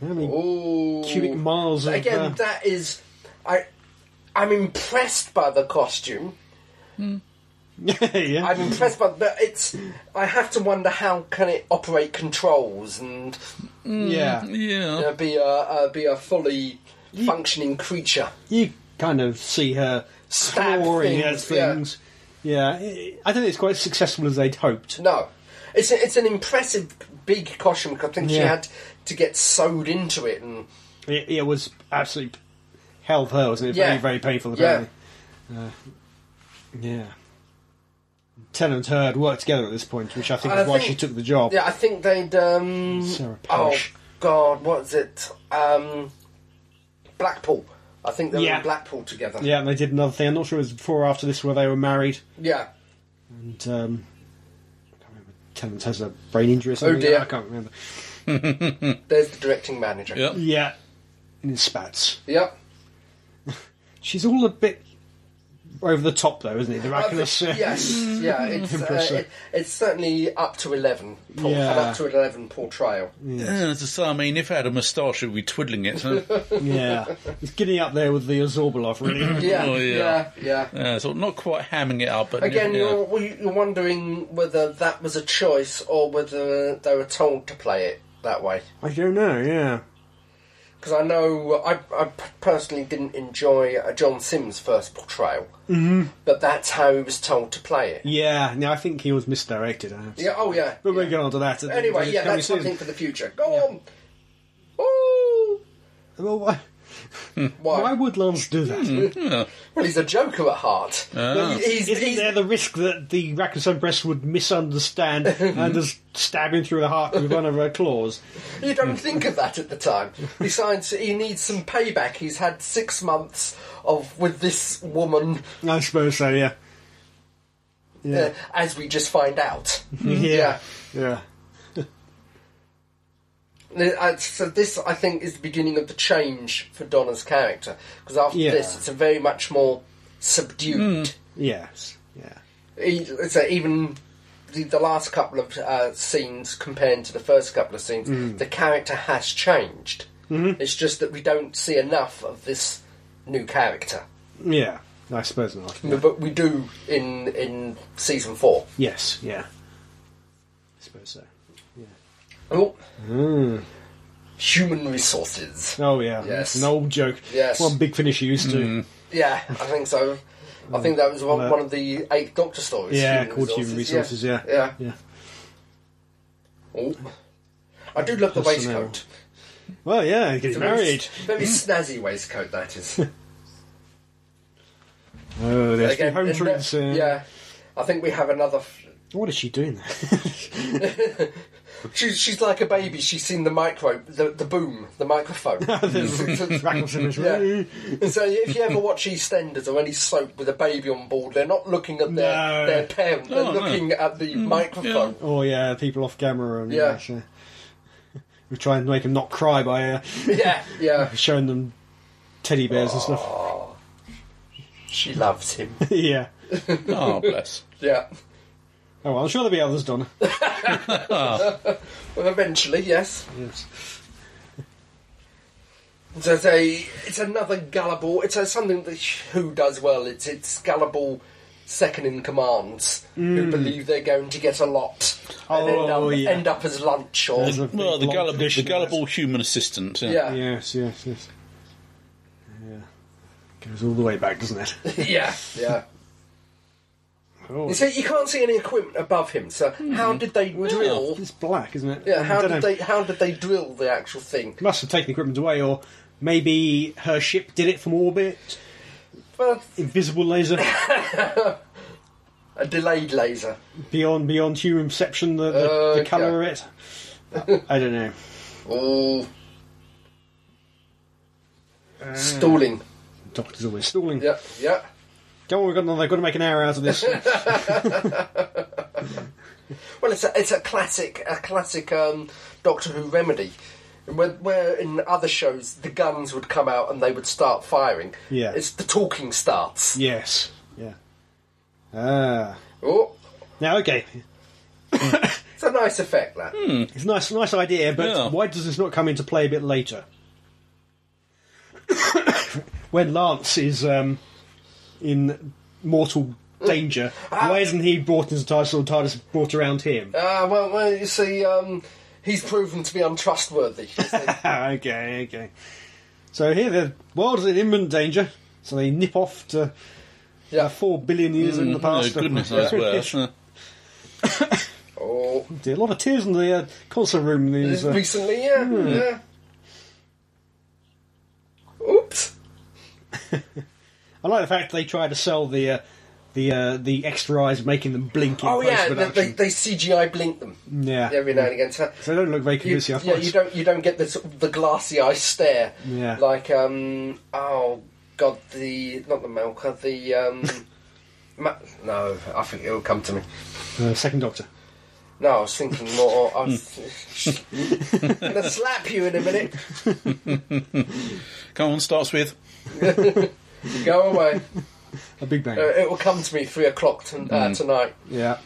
B: How many
C: Oh. Ooh.
B: cubic miles of.
C: Again,
B: uh,
C: that is. I, I'm impressed by the costume.
B: yeah.
C: I'm impressed by but it's. I have to wonder how can it operate controls and
A: Yeah.
B: yeah.
C: you know, be a uh, be a fully functioning creature.
B: You kind of see her
C: Stab
B: clawing
C: things,
B: at things. Yeah. I- I don't think it's quite as successful as they'd hoped.
C: No, it's a, it's an impressive big costume. 'cause I think she
B: Yeah.
C: had to get sewed into it and
B: It, it was absolutely hell of her, wasn't it?
C: Yeah.
B: Very, very painful,
C: Yeah.
B: apparently. Yeah. Uh, yeah. Tennant and her had worked together at this point, which I think
C: I
B: is why
C: think-
B: she took the job.
C: Yeah, I think they'd. Um,
B: Sarah
C: oh
B: Parish.
C: God, what's it? Um, Blackpool. I think they were
B: Yeah.
C: in Blackpool together.
B: Yeah, and they did another thing. I'm not sure it was before or after this where they were married.
C: Yeah.
B: And um, I can't remember. Tennant has a brain injury or something.
C: Oh, dear.
B: I can't remember.
C: There's the directing manager.
A: Yeah.
B: Yeah, in spats.
C: Yep.
B: She's all a bit over the top, though, isn't it? The Raculous. uh,
C: yes. Yeah. It's uh,
B: Impressive.
C: it, it's certainly up to eleven. Por-
B: Yeah.
C: An up to eleven portrayal.
A: Yeah, as I say, I mean, if I had a moustache, I'd be twiddling it. So,
B: yeah. It's getting up there with the Azorbalov, really.
C: Yeah.
A: Oh,
C: yeah.
A: yeah.
C: Yeah.
A: yeah, so not quite hamming it up, but
C: Again,
A: yeah.
C: you're, well, you're wondering whether that was a choice or whether they were told to play it that way.
B: I don't know. Yeah.
C: Because I know I, I p- personally didn't enjoy uh, John Sims' first portrayal, mm but that's how he was told to play it.
B: Mm-hmm. Yeah. No, I think he was misdirected. I have to
C: Yeah. Oh yeah.
B: But we'll get on to that. at the-
C: Anyway, yeah,
B: coming
C: that's
B: soon.
C: something for the future. Go on. Oh,
B: Well, why,
C: why?
B: why would Lance do that?
C: Well, he's a joker at heart. Well, he's,
B: Isn't
C: Hmm. he's,
B: there the risk that the Rackus Empress would misunderstand
C: Hmm.
B: and just stab him through the heart with one of her claws?
C: you don't think of that at the time. Besides, he needs some payback. He's had six months of with this woman,
B: I suppose so, yeah.
C: uh,
B: Yeah. Mm-hmm.
C: as we just find out.
B: Yeah. Yeah.
C: Uh, So this, I think, is the beginning of the change for Donna's character because after
B: Yeah.
C: this, it's a very much more subdued.
B: Yes. Yeah.
C: E- It's a, even the, the last couple of uh, scenes compared to the first couple of scenes,
B: Hmm.
C: the character has changed.
B: Mm-hmm.
C: It's just that we don't see enough of this new character,
B: Yeah. I suppose not. yeah.
C: but we do in in season four.
B: Yes, yeah. I suppose so.
C: Oh.
B: Hmm.
C: Human resources.
B: Oh, yeah.
C: Yes.
B: An old joke.
C: Yes. Mm.
B: One Big Finish used to.
C: Yeah, I think so. I think that was one,
B: Well,
C: one of the eight Doctor stories.
B: Mm. Yeah, called Human Resources, yeah.
C: Yeah.
B: Yeah.
C: Ooh. I do love the
B: Personnel.
C: waistcoat.
B: Well, yeah, getting
C: Very
B: married.
C: s- Very snazzy waistcoat that is.
B: Oh, there's the home
C: and
B: truths.
C: that-
B: Uh,
C: yeah. I think we have another. F-
B: What is she doing there?
C: she's, she's like a baby. She's seen the micro, the, the boom, the microphone.
B: Rackles in his
C: Yeah. And so if you ever watch EastEnders or any soap with a baby on board, they're not looking at their,
B: No.
C: their parent. They're
A: Oh, no.
C: looking at the microphone.
B: Oh yeah, people off camera and
C: Yeah.
B: yeah. sure. we try and make them not cry by uh,
C: Yeah, yeah.
B: showing them teddy bears and stuff.
C: She loves him.
B: yeah.
A: Oh, bless.
C: Yeah.
B: Oh, well, I'm sure there'll be others, Donna.
C: Well, eventually, yes.
B: yes.
C: So it's a it's another gullible. It's a, something that who does well. It's it's gullible second in commands who believe they're going to get a lot and end,
B: Hmm. Oh,
C: up,
B: yeah.
C: end up as lunch or
B: There's a big
A: Well, the
B: long
A: gullible, the
B: tradition of
A: gullible human assistant. Yeah.
C: yeah
B: that. Yes, yes, yes. Yeah. Goes all the way back, doesn't it?
C: yeah yeah.
B: Oh,
C: You see, you can't see any equipment above him. So how did they drill?
B: it's black, isn't it?
C: Yeah,
B: I
C: how
B: Hmm. don't
C: did
B: know.
C: they how did they drill the actual thing?
B: Must have taken equipment away, or maybe her ship did it from orbit.
C: Well,
B: Invisible laser
C: a delayed laser.
B: beyond beyond human perception. The, the, the
C: Okay.
B: colour of it. I don't know.
C: Oh, stalling.
B: Doctor's always stalling.
C: Yeah, yeah.
B: Come on, we've got another. Got to make an hour out of this.
C: Well, it's a it's a classic a classic um, Doctor Who remedy. Where, where in other shows the guns would come out and they would start firing.
B: Yeah.
C: it's the talking starts.
B: yes. Yeah. Ah.
C: Oh,
B: Now, okay,
C: it's a nice effect that.
B: it's a nice, nice idea, but
A: Yeah.
B: why does this not come into play a bit later? when Lance is um, in mortal danger, why isn't he brought into TARDIS or TARDIS brought around him?
C: Ah, well, well, you see, um, he's proven to be untrustworthy. you see.
B: Ah, okay, okay. So here the world is in imminent danger, so they nip off to
C: Yeah.
B: four billion years in the past.
A: Oh, goodness knows where. Uh,
C: oh,
B: a lot of tears in the uh, console room. in These, uh,
C: recently, yeah, yeah. Oops.
B: I like the fact they try to sell the uh, the uh, the extra eyes, making them blink in
C: Oh yeah, they,
B: post-production.
C: they, they CGI blink them
B: Yeah.
C: every now and again. So
B: So they don't look very
C: you,
B: convincing. I
C: yeah,
B: thought.
C: you don't you don't get the sort of the glassy eye stare.
B: Yeah.
C: Like um oh god the not the Melka the um ma- no I think it'll come to me.
B: Uh, second Doctor.
C: No, I was thinking more. I was, I'm gonna slap you in a minute.
A: come on, starts with.
C: Go away.
B: A Big Bang.
C: Uh, it will come to me three o'clock t- uh,
B: Mm.
C: tonight.
B: yeah.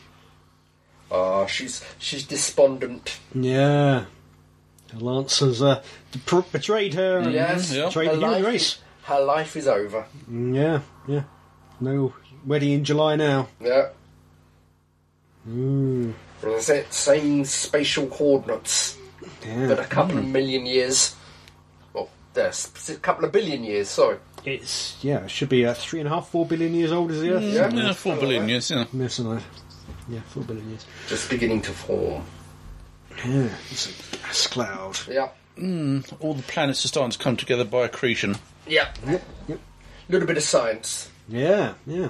C: Oh, she's she's despondent.
B: Mm-hmm, Yeah. Lance has uh, pr- betrayed her. and
C: Yes,
A: yeah.
B: Betrayed
C: her
B: the human
C: life,
B: race.
C: her life is over.
B: Mm, Yeah. Yeah. No wedding in July now.
C: Yeah.
B: Mm.
C: Well, that's it. Same spatial coordinates, but a
B: Yeah.
C: couple of million years. Well, there's a couple of billion years. Sorry.
B: It's yeah. It should be uh, three and a half, four billion years old as the Earth.
C: Yeah.
A: Yeah, four billion years. Yeah.
B: Missing that. Yeah, four billion years.
C: Just beginning to form.
B: Yeah. It's a gas cloud.
C: Yeah.
A: All the planets are starting to come together by accretion.
C: Yeah. A
B: yep.
C: little bit of science.
B: Yeah. Yeah.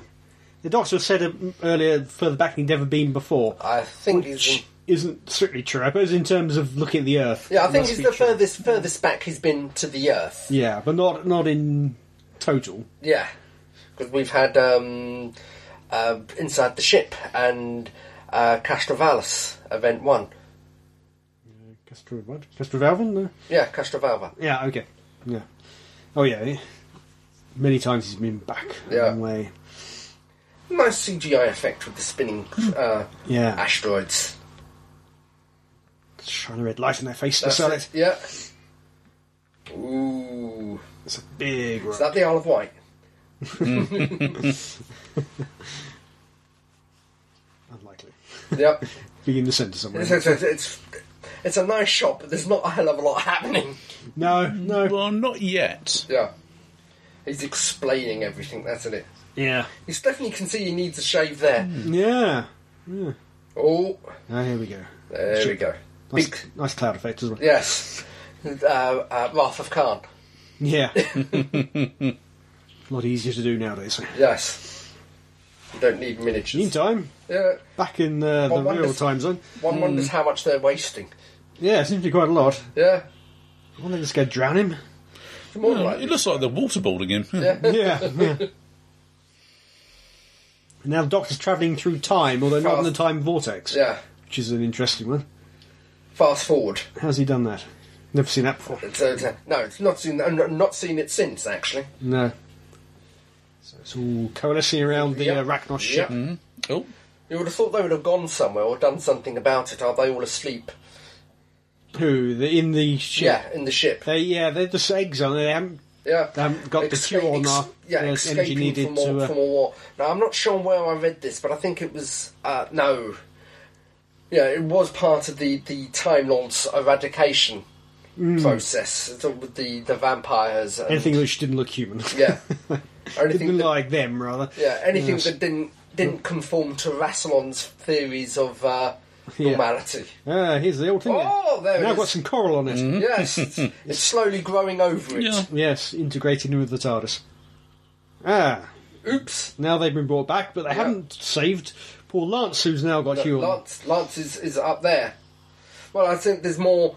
B: The Doctor said um, earlier, further back, he'd never been before.
C: I think he's.
B: which isn't strictly true. I suppose in terms of looking at the Earth.
C: Yeah, I
B: it
C: think
B: must
C: he's
B: be
C: the
B: true.
C: furthest furthest back he's been to the Earth.
B: Yeah, but not not in total.
C: Yeah, because we've had um, uh, inside the ship and uh, Castrovallis event one.
B: Castro what? Castrovalvan? No.
C: Yeah, Castrovalva.
B: Yeah. Okay. Yeah. Oh yeah. eh. Many times he's been back. a
C: Yeah.
B: long way.
C: Nice CGI effect with the spinning uh,
B: Yeah.
C: asteroids.
B: Shine a red light in their face to
C: That's
B: sell
C: it.
B: it.
C: Yeah. Ooh,
B: It's a big
C: is
B: rock.
C: that the Isle of Wight?
B: Unlikely.
C: Yep.
B: Be in the centre
C: it's,
B: somewhere.
C: it's, it's, it's, it's a nice shot, but there's not a hell of a lot happening.
B: No. No.
A: Well, not yet.
C: Yeah. He's explaining everything. That's it.
B: Yeah.
C: You definitely can see he needs a shave there.
B: Yeah.
C: Oh,
B: Ah, here we go.
C: there we go.
B: Nice,
C: Big,
B: nice cloud effect as well.
C: Yes. Uh, uh, Wrath of Khan.
B: Yeah. a lot easier to do nowadays.
C: Yes. You don't need miniatures.
B: Meantime,
C: Yeah.
B: back in uh, the
C: Well, one
B: real
C: does-
B: time zone.
C: One wonders how much they're wasting.
B: Yeah, it seems to be quite a lot.
C: Yeah.
B: Why don't they just go drown him?
C: It's more
A: Well,
C: likely.
A: it looks like they're waterboarding him. Hmm.
C: Yeah.
B: Yeah. yeah. Now the Doctor's travelling through time, although not in the
C: Fast.
B: time vortex,
C: yeah.
B: which is an interesting one.
C: Fast forward.
B: How's he done that? Never seen that before.
C: It's, uh, it's, uh, no, it's not seen. I've not seen it since actually.
B: No. So it's all coalescing around the
C: Yep.
B: uh, Arachnos ship.
C: Yep.
A: Oh,
C: You would have thought they would have gone somewhere or done something about it. Are they all asleep?
B: Who the, in the ship?
C: Yeah, in the ship.
B: They, yeah, they're just eggs on. They haven't
C: Yeah.
B: They haven't Um, got the cure on
C: ex-
B: that,
C: yeah,
B: uh, energy
C: escaping
B: needed
C: from, a-
B: to, uh,
C: from a war. Now, I'm not sure where I read this, but I think it was. Uh, no. Yeah, it was part of the, the Time Lord's eradication process it's all with the, the vampires. And,
B: Hmm. anything which didn't look human.
C: Yeah.
B: didn't
C: anything that,
B: like them rather.
C: yeah, anything
B: Yes.
C: that didn't didn't conform to Rassilon's theories of uh,
B: Yeah.
C: normality.
B: Ah, here's the old thing.
C: Oh, there it
B: now I've
C: is. Mm-hmm.
B: got some coral on it.
C: Yes, it's, it's slowly growing over it.
A: Yeah.
B: Yes, integrated with the TARDIS. Ah,
C: Oops.
B: now they've been brought back, but they haven't saved poor Lance, who's now got
C: But
B: Hugh on.
C: Lance, Lance is, is up there. Well, I think there's more.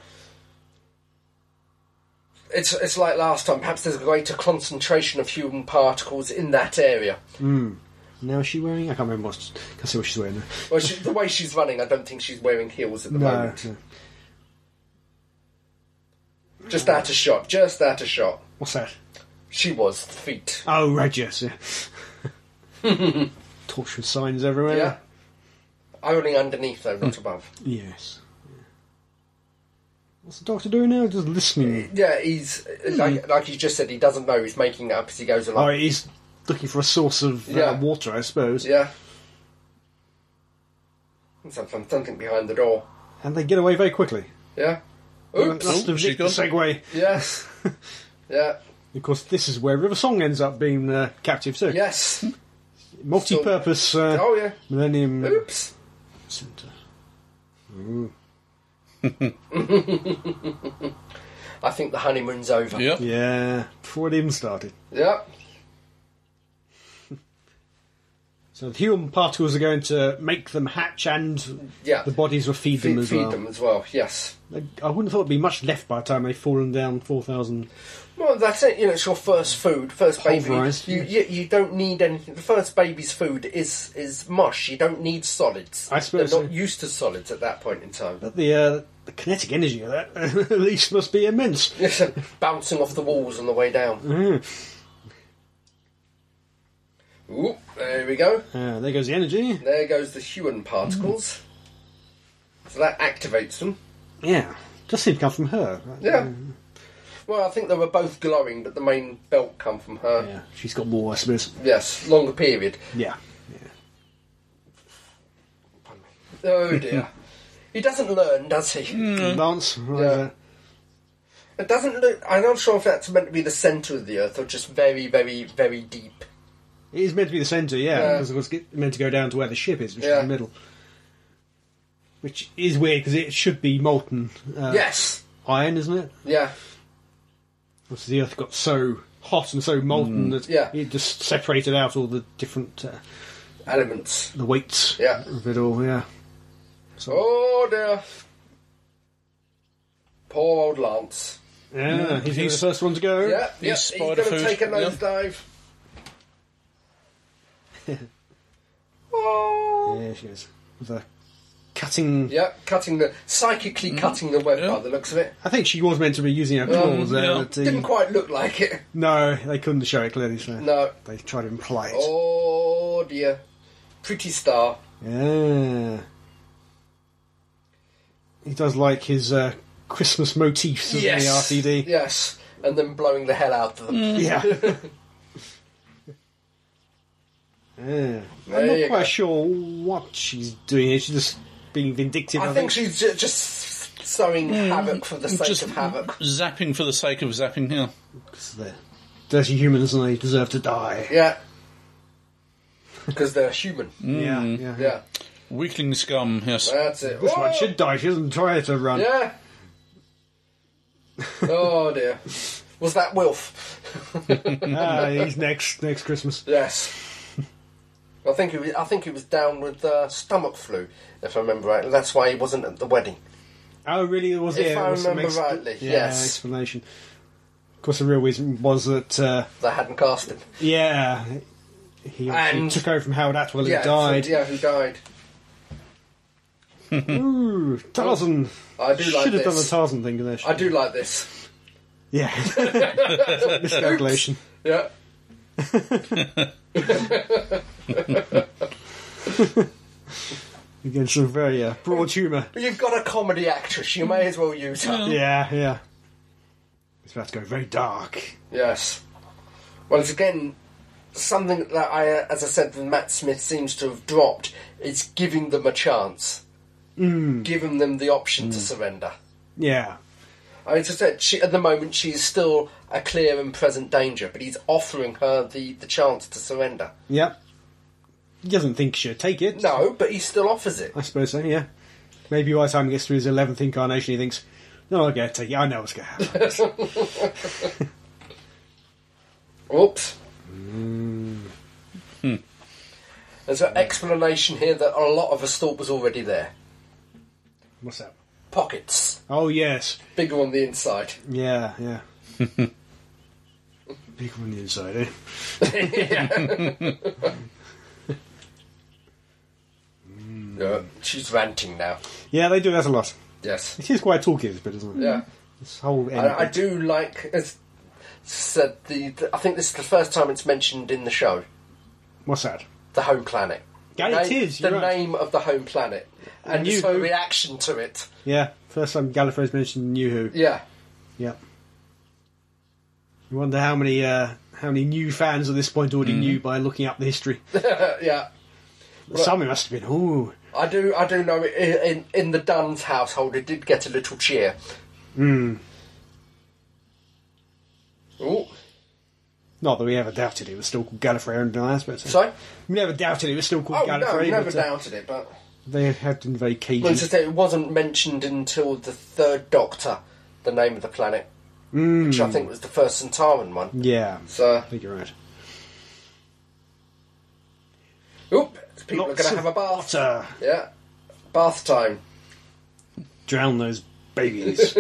C: It's it's like last time. Perhaps there's a greater concentration of human particles in that area.
B: Now is she wearing? I can't remember what. Can't see what she's wearing. Now.
C: Well, she, the way she's running, I don't think she's wearing heels at the
B: No,
C: moment.
B: no.
C: Just out of shot. Just out of shot.
B: What's that?
C: She was feet.
B: Oh, right, yes. Yeah. Torch with signs everywhere.
C: Yeah. Only underneath though,
B: Hmm.
C: not above.
B: Yes. What's the doctor doing now? Just listening.
C: Yeah, he's like like you just said. He doesn't know. He's making it up as he goes along.
B: Hmm. Oh, he's looking for a source of uh,
C: Yeah.
B: water, I suppose.
C: Yeah. Something, something behind the door.
B: And they get away very quickly.
C: Yeah.
B: That's
C: Oops.
A: Oh,
B: the
A: she's
B: the
A: gone.
B: segue.
C: Yes. yeah.
B: Of course, this is where River Song ends up being uh, captive too.
C: Yes.
B: Multi-purpose uh,
C: Oh yeah.
B: Millennium
C: Oops.
B: Center.
C: I think the honeymoon's over.
A: Yep.
B: Yeah, before it even started.
C: Yep.
B: So the human particles are going to make them hatch, and
C: Yeah.
B: the bodies will feed them
C: feed
B: as
C: feed
B: well.
C: them as well. Yes.
B: I wouldn't have thought there'd be much left by the time they've fallen down four thousand.
C: Well, that's it. You know, it's your first food, first baby.
B: Pulverised,
C: You, you you don't need anything. The first baby's food is is mush. You don't need solids.
B: I suppose
C: they're
B: so.
C: not used to solids at that point in time.
B: But the uh, the kinetic energy of that at least must be immense.
C: Yes, bouncing off the walls on the way down.
B: Mm.
C: Ooh, there we go.
B: Uh, there goes the energy.
C: There goes the Hewan particles.
B: Mm-hmm.
C: So that activates them.
B: Yeah, just seemed to come from her.
C: Yeah.
B: Mm-hmm.
C: Well, I think they were both glowing, but the main belt come from her.
B: yeah. She's got more, I suppose.
C: Yes, longer period.
B: Yeah.
C: Oh dear. he doesn't learn, does he?
B: Mm. Lance, what
C: Hmm. Yeah.
B: is that?
C: It doesn't look. I'm not sure if that's meant to be the centre of the Earth or just very, very, very deep.
B: It is meant to be the centre, yeah,
C: Yeah.
B: because it was get- meant to go down to where the ship is, which
C: Yeah.
B: is the middle. Which is weird because it should be molten uh,
C: Yes.
B: iron, isn't it?
C: Yeah.
B: Because the Earth got so hot and so molten that
C: Mm. Yeah.
B: it just separated out all the different uh,
C: Elements.
B: the weights
C: Yeah.
B: of it all. Yeah. So,
C: Oh dear. Poor old Lance.
B: yeah, he's,
A: He's-
B: he's the first one to go.
C: Yeah,
A: He's
C: yeah. He's,
A: spider
C: going to
A: food.
C: take a
A: Yeah.
C: nosedive. oh.
B: Yeah, she is. With a cutting.
C: Yeah, cutting the psychically cutting the web
A: Yeah.
C: by the looks of it.
B: I think she was meant to be using her claws there.
A: yeah.
B: But the-
C: Um, Didn't quite look like it.
B: no, they couldn't show it clearly. So
C: No.
B: They tried to imply it.
C: Oh dear. Pretty star.
B: Yeah. He does like his uh, Christmas motifs of
C: Yes.
B: the RTD.
C: Yes. And then blowing the hell out of them.
B: Yeah. yeah.
C: There
B: I'm
C: you
B: not
C: go.
B: quite sure what she's doing here. She's just being vindictive.
C: I think she's ju- just sowing havoc for the sake
A: Just
C: of havoc.
A: zapping for the sake of zapping. Yeah.
B: Because they're dirty humans and they deserve to die.
C: Yeah. Because they're human.
B: Yeah, yeah.
C: Mm. Yeah.
A: Weakling scum. Yes.
C: That's it.
B: This
C: Oh,
B: one should die. She doesn't try to run.
C: Yeah. oh dear. Was that Wilf?
B: Ah, he's next next Christmas.
C: Yes. I think he was, I think he was down with uh, stomach flu, if I remember right. That's why he wasn't at the wedding.
B: Oh, really? It was
C: If
B: yeah,
C: I
B: it was some
C: remember
B: expla-
C: rightly,
B: yeah,
C: yes.
B: explanation. Of course, the real reason was that uh,
C: They hadn't cast him.
B: Yeah, he obviously
C: And-
B: took over from Howard Atwell who
C: yeah,
B: died.
C: so- yeah, who died?
B: Ooh, Tarzan.
C: I do
B: Should
C: like
B: have done the
C: this.
B: Tarzan thing there.
C: I do like this.
B: Yeah. Miscalculation.
C: Yeah.
B: Against a very uh, broad humour.
C: You've got a comedy actress, you may as well use her.
B: Yeah, yeah. It's about to go very dark.
C: Yes. Well, it's again something that I, uh, as I said, that Matt Smith seems to have dropped is giving them a chance, mm. giving them the option to surrender.
B: Yeah.
C: I mean, as I said, she, at the moment she is still a clear and present danger, but he's offering her the, the chance to surrender.
B: Yep. He doesn't think she'll take it.
C: No, but he still offers it.
B: I suppose so, yeah. Maybe by the time he gets through his 11th incarnation, he thinks, no, I'll get take it. I know what's going to happen.
C: Oops. There's an explanation here that a lot of us thought was already there.
B: what's that?
C: Pockets,
B: Oh, yes.
C: bigger on the inside.
B: Yeah, yeah. Big on the inside, eh? Mm.
C: Yeah, she's ranting now.
B: Yeah, they do that a lot.
C: Yes.
B: It is quite talkative, but isn't it?
C: Yeah.
B: This whole end.
C: I, I do like. As said, the, the- I think this is the first time it's mentioned in the show.
B: What's that?
C: The home planet.
B: Yeah,
C: The
B: Ah, it
C: name-
B: is,
C: the
B: you're right.
C: name of the home planet, and
B: New
C: it's her
B: Who.
C: reaction to it.
B: Yeah, first time Gallifrey's mentioned in New Who.
C: Yeah.
B: Yeah. You wonder how many uh, how many new fans at this point already
C: Mm.
B: knew by looking up the history.
C: yeah.
B: Some it must have been. Ooh,
C: I do. I do know. i- In in the Dunn's household, it did get a little cheer. Hmm. Oh,
B: not that we ever doubted it was still called Gallifrey under an aspect.
C: sorry.
B: we never doubted it was still
C: Oh
B: called
C: no,
B: Gallifrey.
C: never
B: but, uh,
C: doubted it, but
B: They had been very cagey.
C: well, it's just that it wasn't mentioned until the third Doctor, the name of the planet, which I
B: Hmm.
C: think was the first Centauran one.
B: yeah,
C: So,
B: I think you're right.
C: oop, people
B: Lots
C: are going to
B: of
C: have a bath.
B: water.
C: Yeah, bath time.
B: Drown those babies.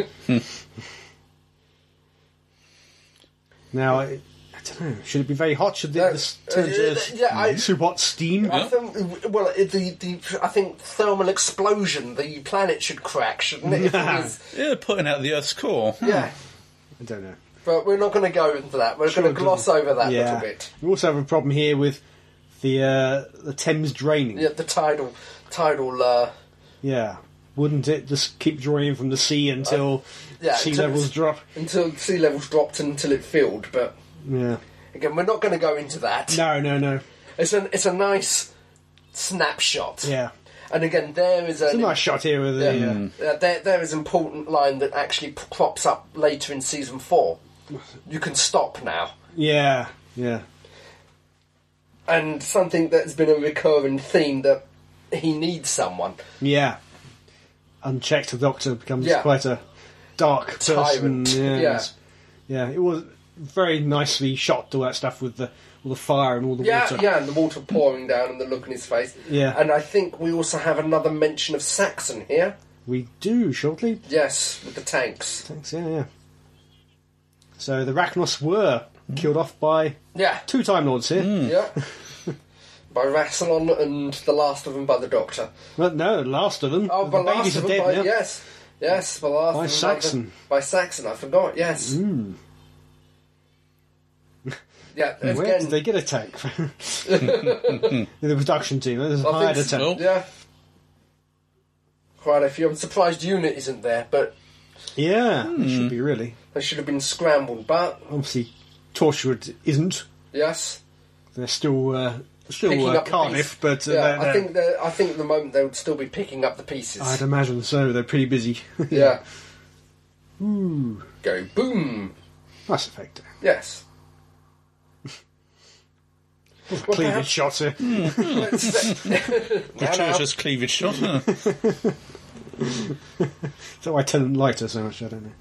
B: now, I, I don't know. Should it be very hot? Should
C: No,
B: this turn
C: uh,
B: to
C: yeah, I-
B: super hot steam?
C: I think, well, it- the, the I think thermal explosion. The planet should crack, shouldn't it? If it was-
A: Yeah, putting out the Earth's core.
C: yeah.
B: I don't know.
C: But we're not going to go into that. We're going to gloss over that little bit.
B: We also have a problem here with the uh, the Thames draining.
C: Yeah, the tidal, tidal. Uh,
B: Yeah. Wouldn't it just keep drawing in from the sea until
C: Uh, yeah,
B: sea
C: until-
B: levels drop?
C: until sea levels dropped and until it filled. But
B: Yeah.
C: again, we're not going to go into that.
B: No, no, no.
C: It's an it's a nice snapshot.
B: Yeah.
C: And again, there is a
B: It's a nice shot here with the. Uh,
C: Uh, there, there is an important line that actually p- crops up later in season four. You can stop now.
B: yeah. Yeah.
C: And something that's been a recurring theme that he needs someone.
B: Yeah. Unchecked, the doctor becomes
C: Yeah.
B: quite a dark person.
C: Tyrant.
B: Yeah.
C: Yeah.
B: yes. Yeah, It was very nicely shot. All that stuff with the all the fire and all the
C: Yeah,
B: water.
C: yeah, and the water pouring down and the look in his face.
B: Yeah.
C: And I think we also have another mention of Saxon here.
B: We do shortly.
C: Yes, with the tanks.
B: Thanks. Yeah, yeah. So the Rachnos were killed off by
C: Yeah,
B: two Time Lords here.
C: yeah. by Rassilon and the last of them by the Doctor.
B: Well, no, the last of them.
C: Oh,
B: the
C: by
B: babies
C: last of
B: are
C: them
B: dead
C: by,
B: now.
C: yes. Yes, by last
B: By
C: of them
B: Saxon. Hmm.
C: By, the- by Saxon, I forgot, yes. yeah,
B: Where
C: again,
B: did they get a tank? from? the production team. There's a hired a
C: so.
B: tank.
C: yeah. Quite a few. I'm surprised Unit isn't there, but
B: Yeah, it should be really.
C: they should have been scrambled. But,
B: Obviously, Torchwood isn't.
C: yes.
B: They're still uh,
C: Picking
B: still uh,
C: up the
B: Cardiff,
C: piece.
B: but uh,
C: yeah,
B: they're,
C: I
B: they're-
C: think that I think at the moment they would still be picking up the pieces.
B: I'd imagine so. They're pretty busy.
C: yeah. Go boom.
B: nice effect.
C: Yes.
B: Cleavage shots here.
A: Gratuitous cleavage shot. huh?
B: So I tell them lighter so much. I don't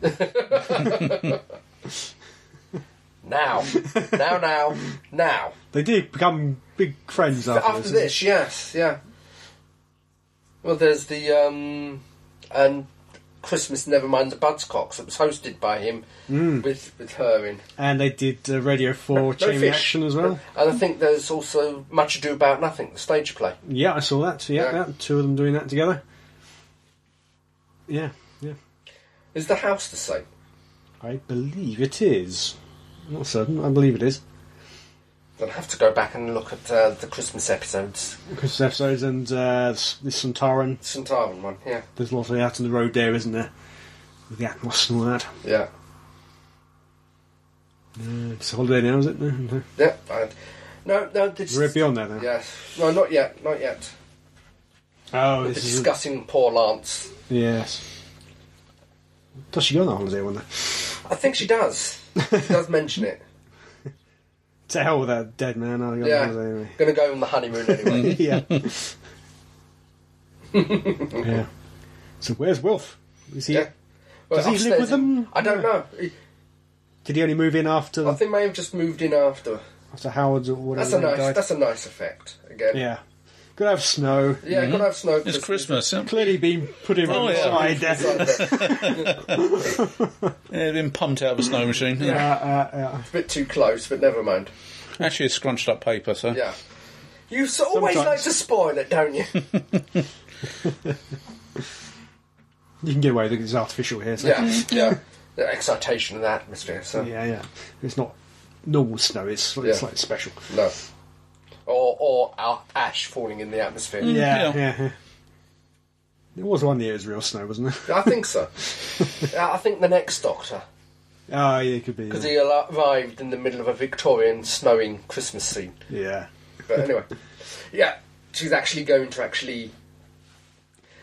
B: know.
C: Now, now, now, now.
B: they did become big friends after,
C: After this, yes, yeah. Well, there's the um, and Christmas Nevermind the Budscocks. It was hosted by him with with her in,
B: and they did uh, Radio Four
C: No
B: Hmm. Chain
C: fish.
B: Reaction as well.
C: and I think there's also Much Ado About Nothing, the stage play.
B: Yeah, I saw that. Yeah,
C: Yeah.
B: yeah, two of them doing that together. Yeah, yeah.
C: Is the house the same?
B: I believe it is. I'm not certain. I believe it is.
C: I'll have to go back and look at uh, the Christmas episodes.
B: Christmas episodes and uh, s- this Santaran.
C: Santaran one, yeah.
B: There's a lot of out on the road there, isn't there? With the Atmos and all that.
C: Yeah.
B: Uh, it's a holiday now, is it? No, no.
C: Yeah. I- no, no, this,
B: We're right beyond that now.
C: Yeah. No, not yet, not yet.
B: Oh,
C: We're
B: this is
C: discussing poor Lance.
B: yes. Does she go on a holiday one day?
C: I think she does. She does mention it.
B: To hell with that dead man. I go on
C: Yeah.
B: a holiday anyway.
C: Gonna go on the honeymoon anyway.
B: yeah. yeah. So where's Wolf? Is he?
C: Yeah. Well,
B: Does he live
C: upstairs-
B: with them?
C: I don't know.
B: Did he only move in
C: I
B: after
C: think they have just moved in after.
B: after Howard's or whatever?
C: That's a
B: when Oh, he
C: nice.
B: died?
C: That's a nice effect again.
B: yeah. Mm-hmm. Gotta have snow.
C: Yeah, gotta have snow.
A: It's Christmas. Yeah.
B: Clearly been put in
A: Oh,
B: oh,
A: yeah.
B: side. Yeah.
C: It's
A: Yeah, they've been pumped out of a snow machine.
B: Uh, uh, uh,
C: a bit too close, but never mind.
A: Actually, it's scrunched up paper, so.
C: Yeah. You s- always
B: Sometimes.
C: like to spoil it, don't you?
B: you can get away with it 'cause it's artificial here. So.
C: yeah, yeah. The excitation of the atmosphere. So
B: yeah, yeah. It's not normal snow. It's it's
C: Yeah.
B: like special.
C: no. Or or our ash falling in the atmosphere.
B: Yeah,
A: Yeah.
B: yeah. yeah. There was one year it was real snow, wasn't there?
C: I think so. Uh, I think the next Doctor,
B: Oh, yeah, it could be.
C: because
B: Yeah.
C: he al- arrived uh, in the middle of a Victorian snowing Christmas scene.
B: yeah,
C: But anyway, yeah, she's actually going to actually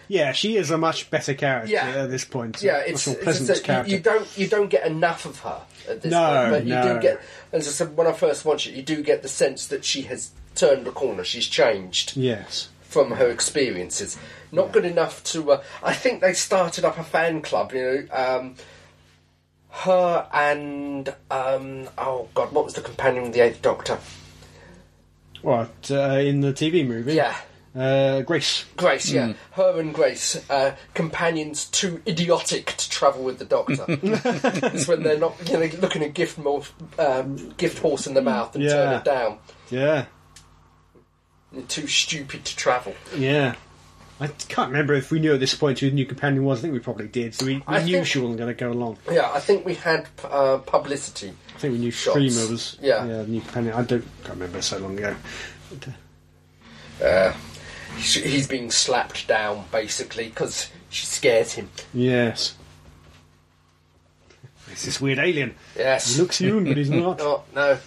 B: Yeah, she is a much better character
C: Yeah.
B: at this point.
C: yeah,
B: Much
C: it's,
B: more
C: it's
B: pleasant
C: just that
B: character.
C: you, you don't you don't get enough of her at this
B: No,
C: point, but you
B: no.
C: do get. As I said, when I first watched it, you do get the sense that she has turned a corner. She's changed
B: Yes.
C: from her experiences. Not good enough to. Uh, I think they started up a fan club. You know, um, her and um, oh god, what was the companion of the Eighth Doctor?
B: What uh, in the TV movie?
C: Yeah.
B: Uh, Grace.
C: Grace, yeah.
B: Hmm.
C: Her and Grace, uh, companions too idiotic to travel with the doctor. it's when they're not, you know, looking a gift, mo- um, gift horse in the mouth and turn
B: Yeah.
C: it down.
B: Yeah.
C: They're too stupid to travel.
B: Yeah. I can't remember if we knew at this point who the new companion was. I think we probably did. So we, we
C: I
B: knew
C: think-
B: she wasn't going to go along.
C: Yeah, I think we had uh, publicity.
B: I think we knew
C: Shots.
B: Streamer was
C: Yeah.
B: the new companion. I don't can't remember so long ago.
C: Uh, sh- he's being slapped down basically because she scares him.
B: Yes. It's this weird alien.
C: Yes.
B: He looks human, but he's not.
C: Oh, no.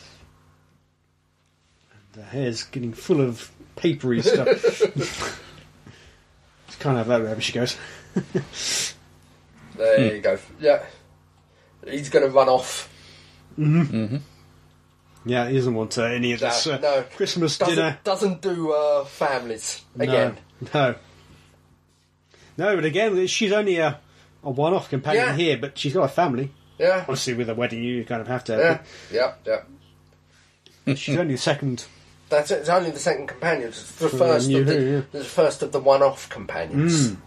B: The hair's getting full of papery stuff. it's kind of that wherever she goes. Hmm.
C: There you go. Yeah. He's going to run off.
B: Yeah, he doesn't want uh, any of this
C: No,
B: uh,
C: no.
B: Christmas dinner.
C: Doesn't, doesn't do uh, families again.
B: No, no. No, but again, she's only a, a one-off companion
C: Yeah.
B: here, but she's got a family.
C: Yeah.
B: Obviously, with a wedding, you kind of have to.
C: Yeah, yeah, yeah.
B: But she's only the second.
C: That's it. It's only the second companion. It's the
B: For
C: first
B: New
C: of the,
B: Who, yeah. Hmm.
C: the first of the one-off companions.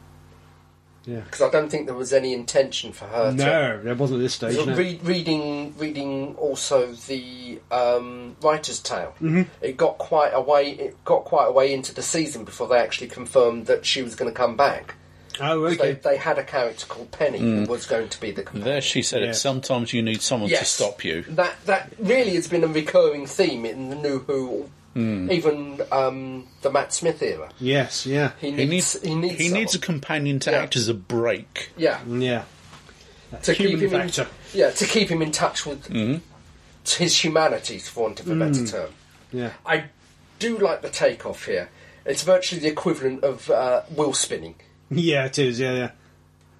B: Yeah.
C: Because I don't think there was any intention for her. to...
B: No, there wasn't at this stage. No.
C: Re- reading, reading also the um, writer's tale.
B: Mm-hmm.
C: It got quite away. It got quite away into the season before they actually confirmed that she was going to come back.
B: Oh,
C: They,
B: okay. Hmm.
C: they had a character called Penny who was going to be the companion.
A: There she said
B: Yeah.
A: it. Sometimes you need someone to
C: Yes.
A: stop you.
C: That that really has been a recurring theme in the New Who, even um, the Matt Smith era.
B: Yes, yeah,
C: He
A: He needs,
C: needs. He needs.
A: he needs a
C: someone.
A: companion to
C: Yeah.
A: act as a break.
C: yeah.
B: Mm, yeah.
C: to
B: human
C: keep him
B: factor.
C: In, yeah, to keep him in touch with to his humanity, for want of a better term.
B: Yeah.
C: I do like the takeoff here. It's virtually the equivalent of uh, wheel spinning.
B: Yeah, it is. Yeah, yeah.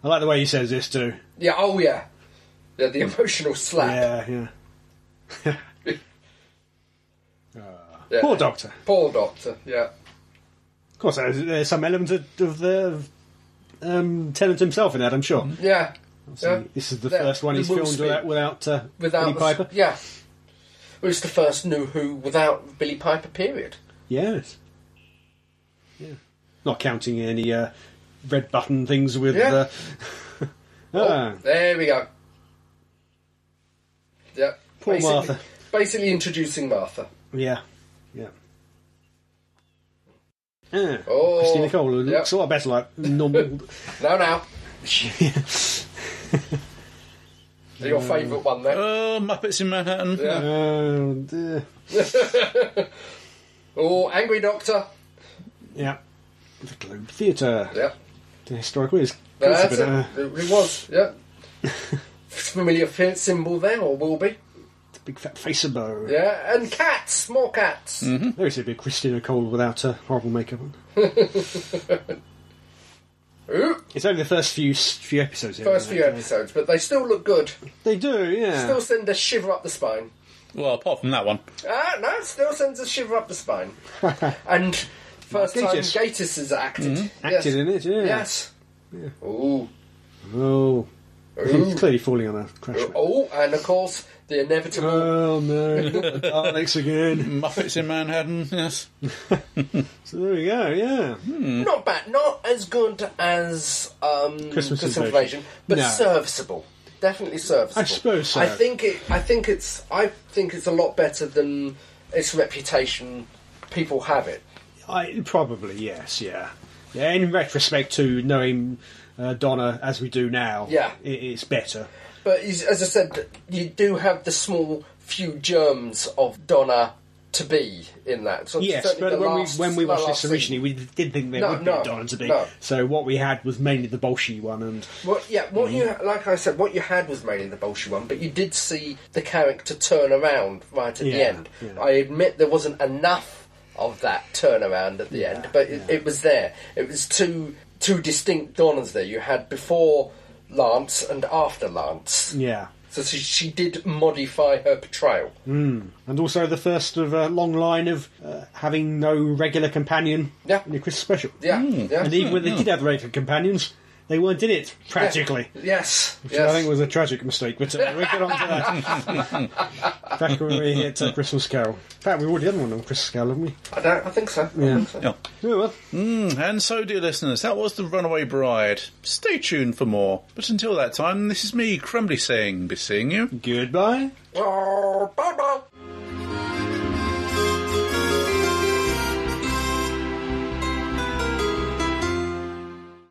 B: I like the way he says this too.
C: Yeah, oh yeah, yeah the emotional slap.
B: Yeah, yeah.
C: Yeah.
B: Poor Doctor.
C: Poor doctor. Yeah,
B: Of course, there's, there's some element of, of the of, um, Tennant himself in that. I'm sure.
C: yeah.
B: So
C: Mm-hmm. yeah.
B: This is the,
C: The-
B: first one
C: the
B: he's
C: Will
B: filmed
C: Smith.
B: without without, uh,
C: Without
B: Billy Piper.
C: Yeah, it was the first New Who without Billy Piper. Period.
B: Yes. Yeah. Not counting any uh, red button things with.
C: Yeah.
B: Uh, ah,
C: Oh, There we go. Yeah.
B: Poor
C: basically,
B: Martha.
C: Basically introducing Martha.
B: yeah. Yeah. Ah,
C: Oh,
B: Christina Cole who
C: yeah.
B: looks a lot better like normal.
C: No, now.
B: she,
C: Your favourite one there.
A: Oh, Muppets in Manhattan.
C: Yeah.
B: And, uh,
C: Oh, Angry Doctor.
B: yeah. The Globe Theatre.
C: Yeah.
B: The historic whiz.
C: That's
B: Bit, uh,
C: it. It was, yeah. Familiar fa- symbol there, or will be.
B: the big fat face of bow.
C: Yeah, and cats, more cats.
B: There's a bit of Christina Cole without her horrible makeup on.
C: Ooh,
B: It's only the first few few episodes. here,
C: first
B: isn't
C: few
B: it?
C: episodes, but they still look good.
B: They do, yeah.
C: Still send a shiver up the spine.
A: Well, apart from that one.
C: Ah, no, it still sends a shiver up the spine. and first time
B: Gatus.
C: Gatus has acted.
B: Mm-hmm. Acted in it, yeah.
C: Yes. Ooh.
B: Oh,
C: Ooh.
B: he's clearly falling on a crash. mat.
C: Oh, and of course, the inevitable.
B: Oh no, Alex again.
A: Muppets in Manhattan, yes.
B: So there we go. Yeah, Hmm.
C: Not bad. Not as good as um,
B: Christmas Invasion.
C: Invasion, but
B: No.
C: serviceable. Definitely serviceable.
B: I suppose so.
C: I think it. I think it's. I think it's a lot better than its reputation. People have it.
B: I probably yes, yeah. Yeah, in retrospect to knowing uh, Donna as we do now,
C: Yeah.
B: i it's better.
C: But is- as I said, you do have the small few germs of Donna to be in that. So
B: Yes,
C: certainly
B: but
C: the
B: when
C: last-
B: we when we
C: the
B: watched
C: last
B: this
C: scene-
B: originally, we did think there
C: No,
B: would be
C: no,
B: a Donna to be.
C: no.
B: So what we had was mainly the Bolshe one, and
C: Well, yeah, what you
B: Mm-hmm.
C: like I said, what you had was mainly the Bolshevik one, but you did see the character turn around right at the
B: Yeah,
C: end.
B: yeah.
C: I admit there wasn't enough of that turnaround at the end, but it, it was there. It was two two distinct Donnas there. You had before Lance and after Lance.
B: yeah,
C: So she, she did modify her portrayal.
B: and also the first of a long line of uh, having no regular companion
C: Yeah.
B: in a Christmas special.
C: Yeah, yeah.
B: And even when they did have regular companions, they weren't in it practically.
C: Yes,
B: which I
C: yes.
B: think was a tragic mistake, but uh, we get on to that. Back when we hit uh, Christmas Carol. In fact, we've already done one on Christmas Carol, haven't we?
C: I, don't, I think so. I
B: Yeah.
C: think so.
A: Yeah.
B: Yeah, well,
A: Mm, and so, dear listeners, that was The Runaway Bride. Stay tuned for more. But until that time, this is me, Crumbly, saying, be seeing you.
B: goodbye.
C: Oh, bye bye.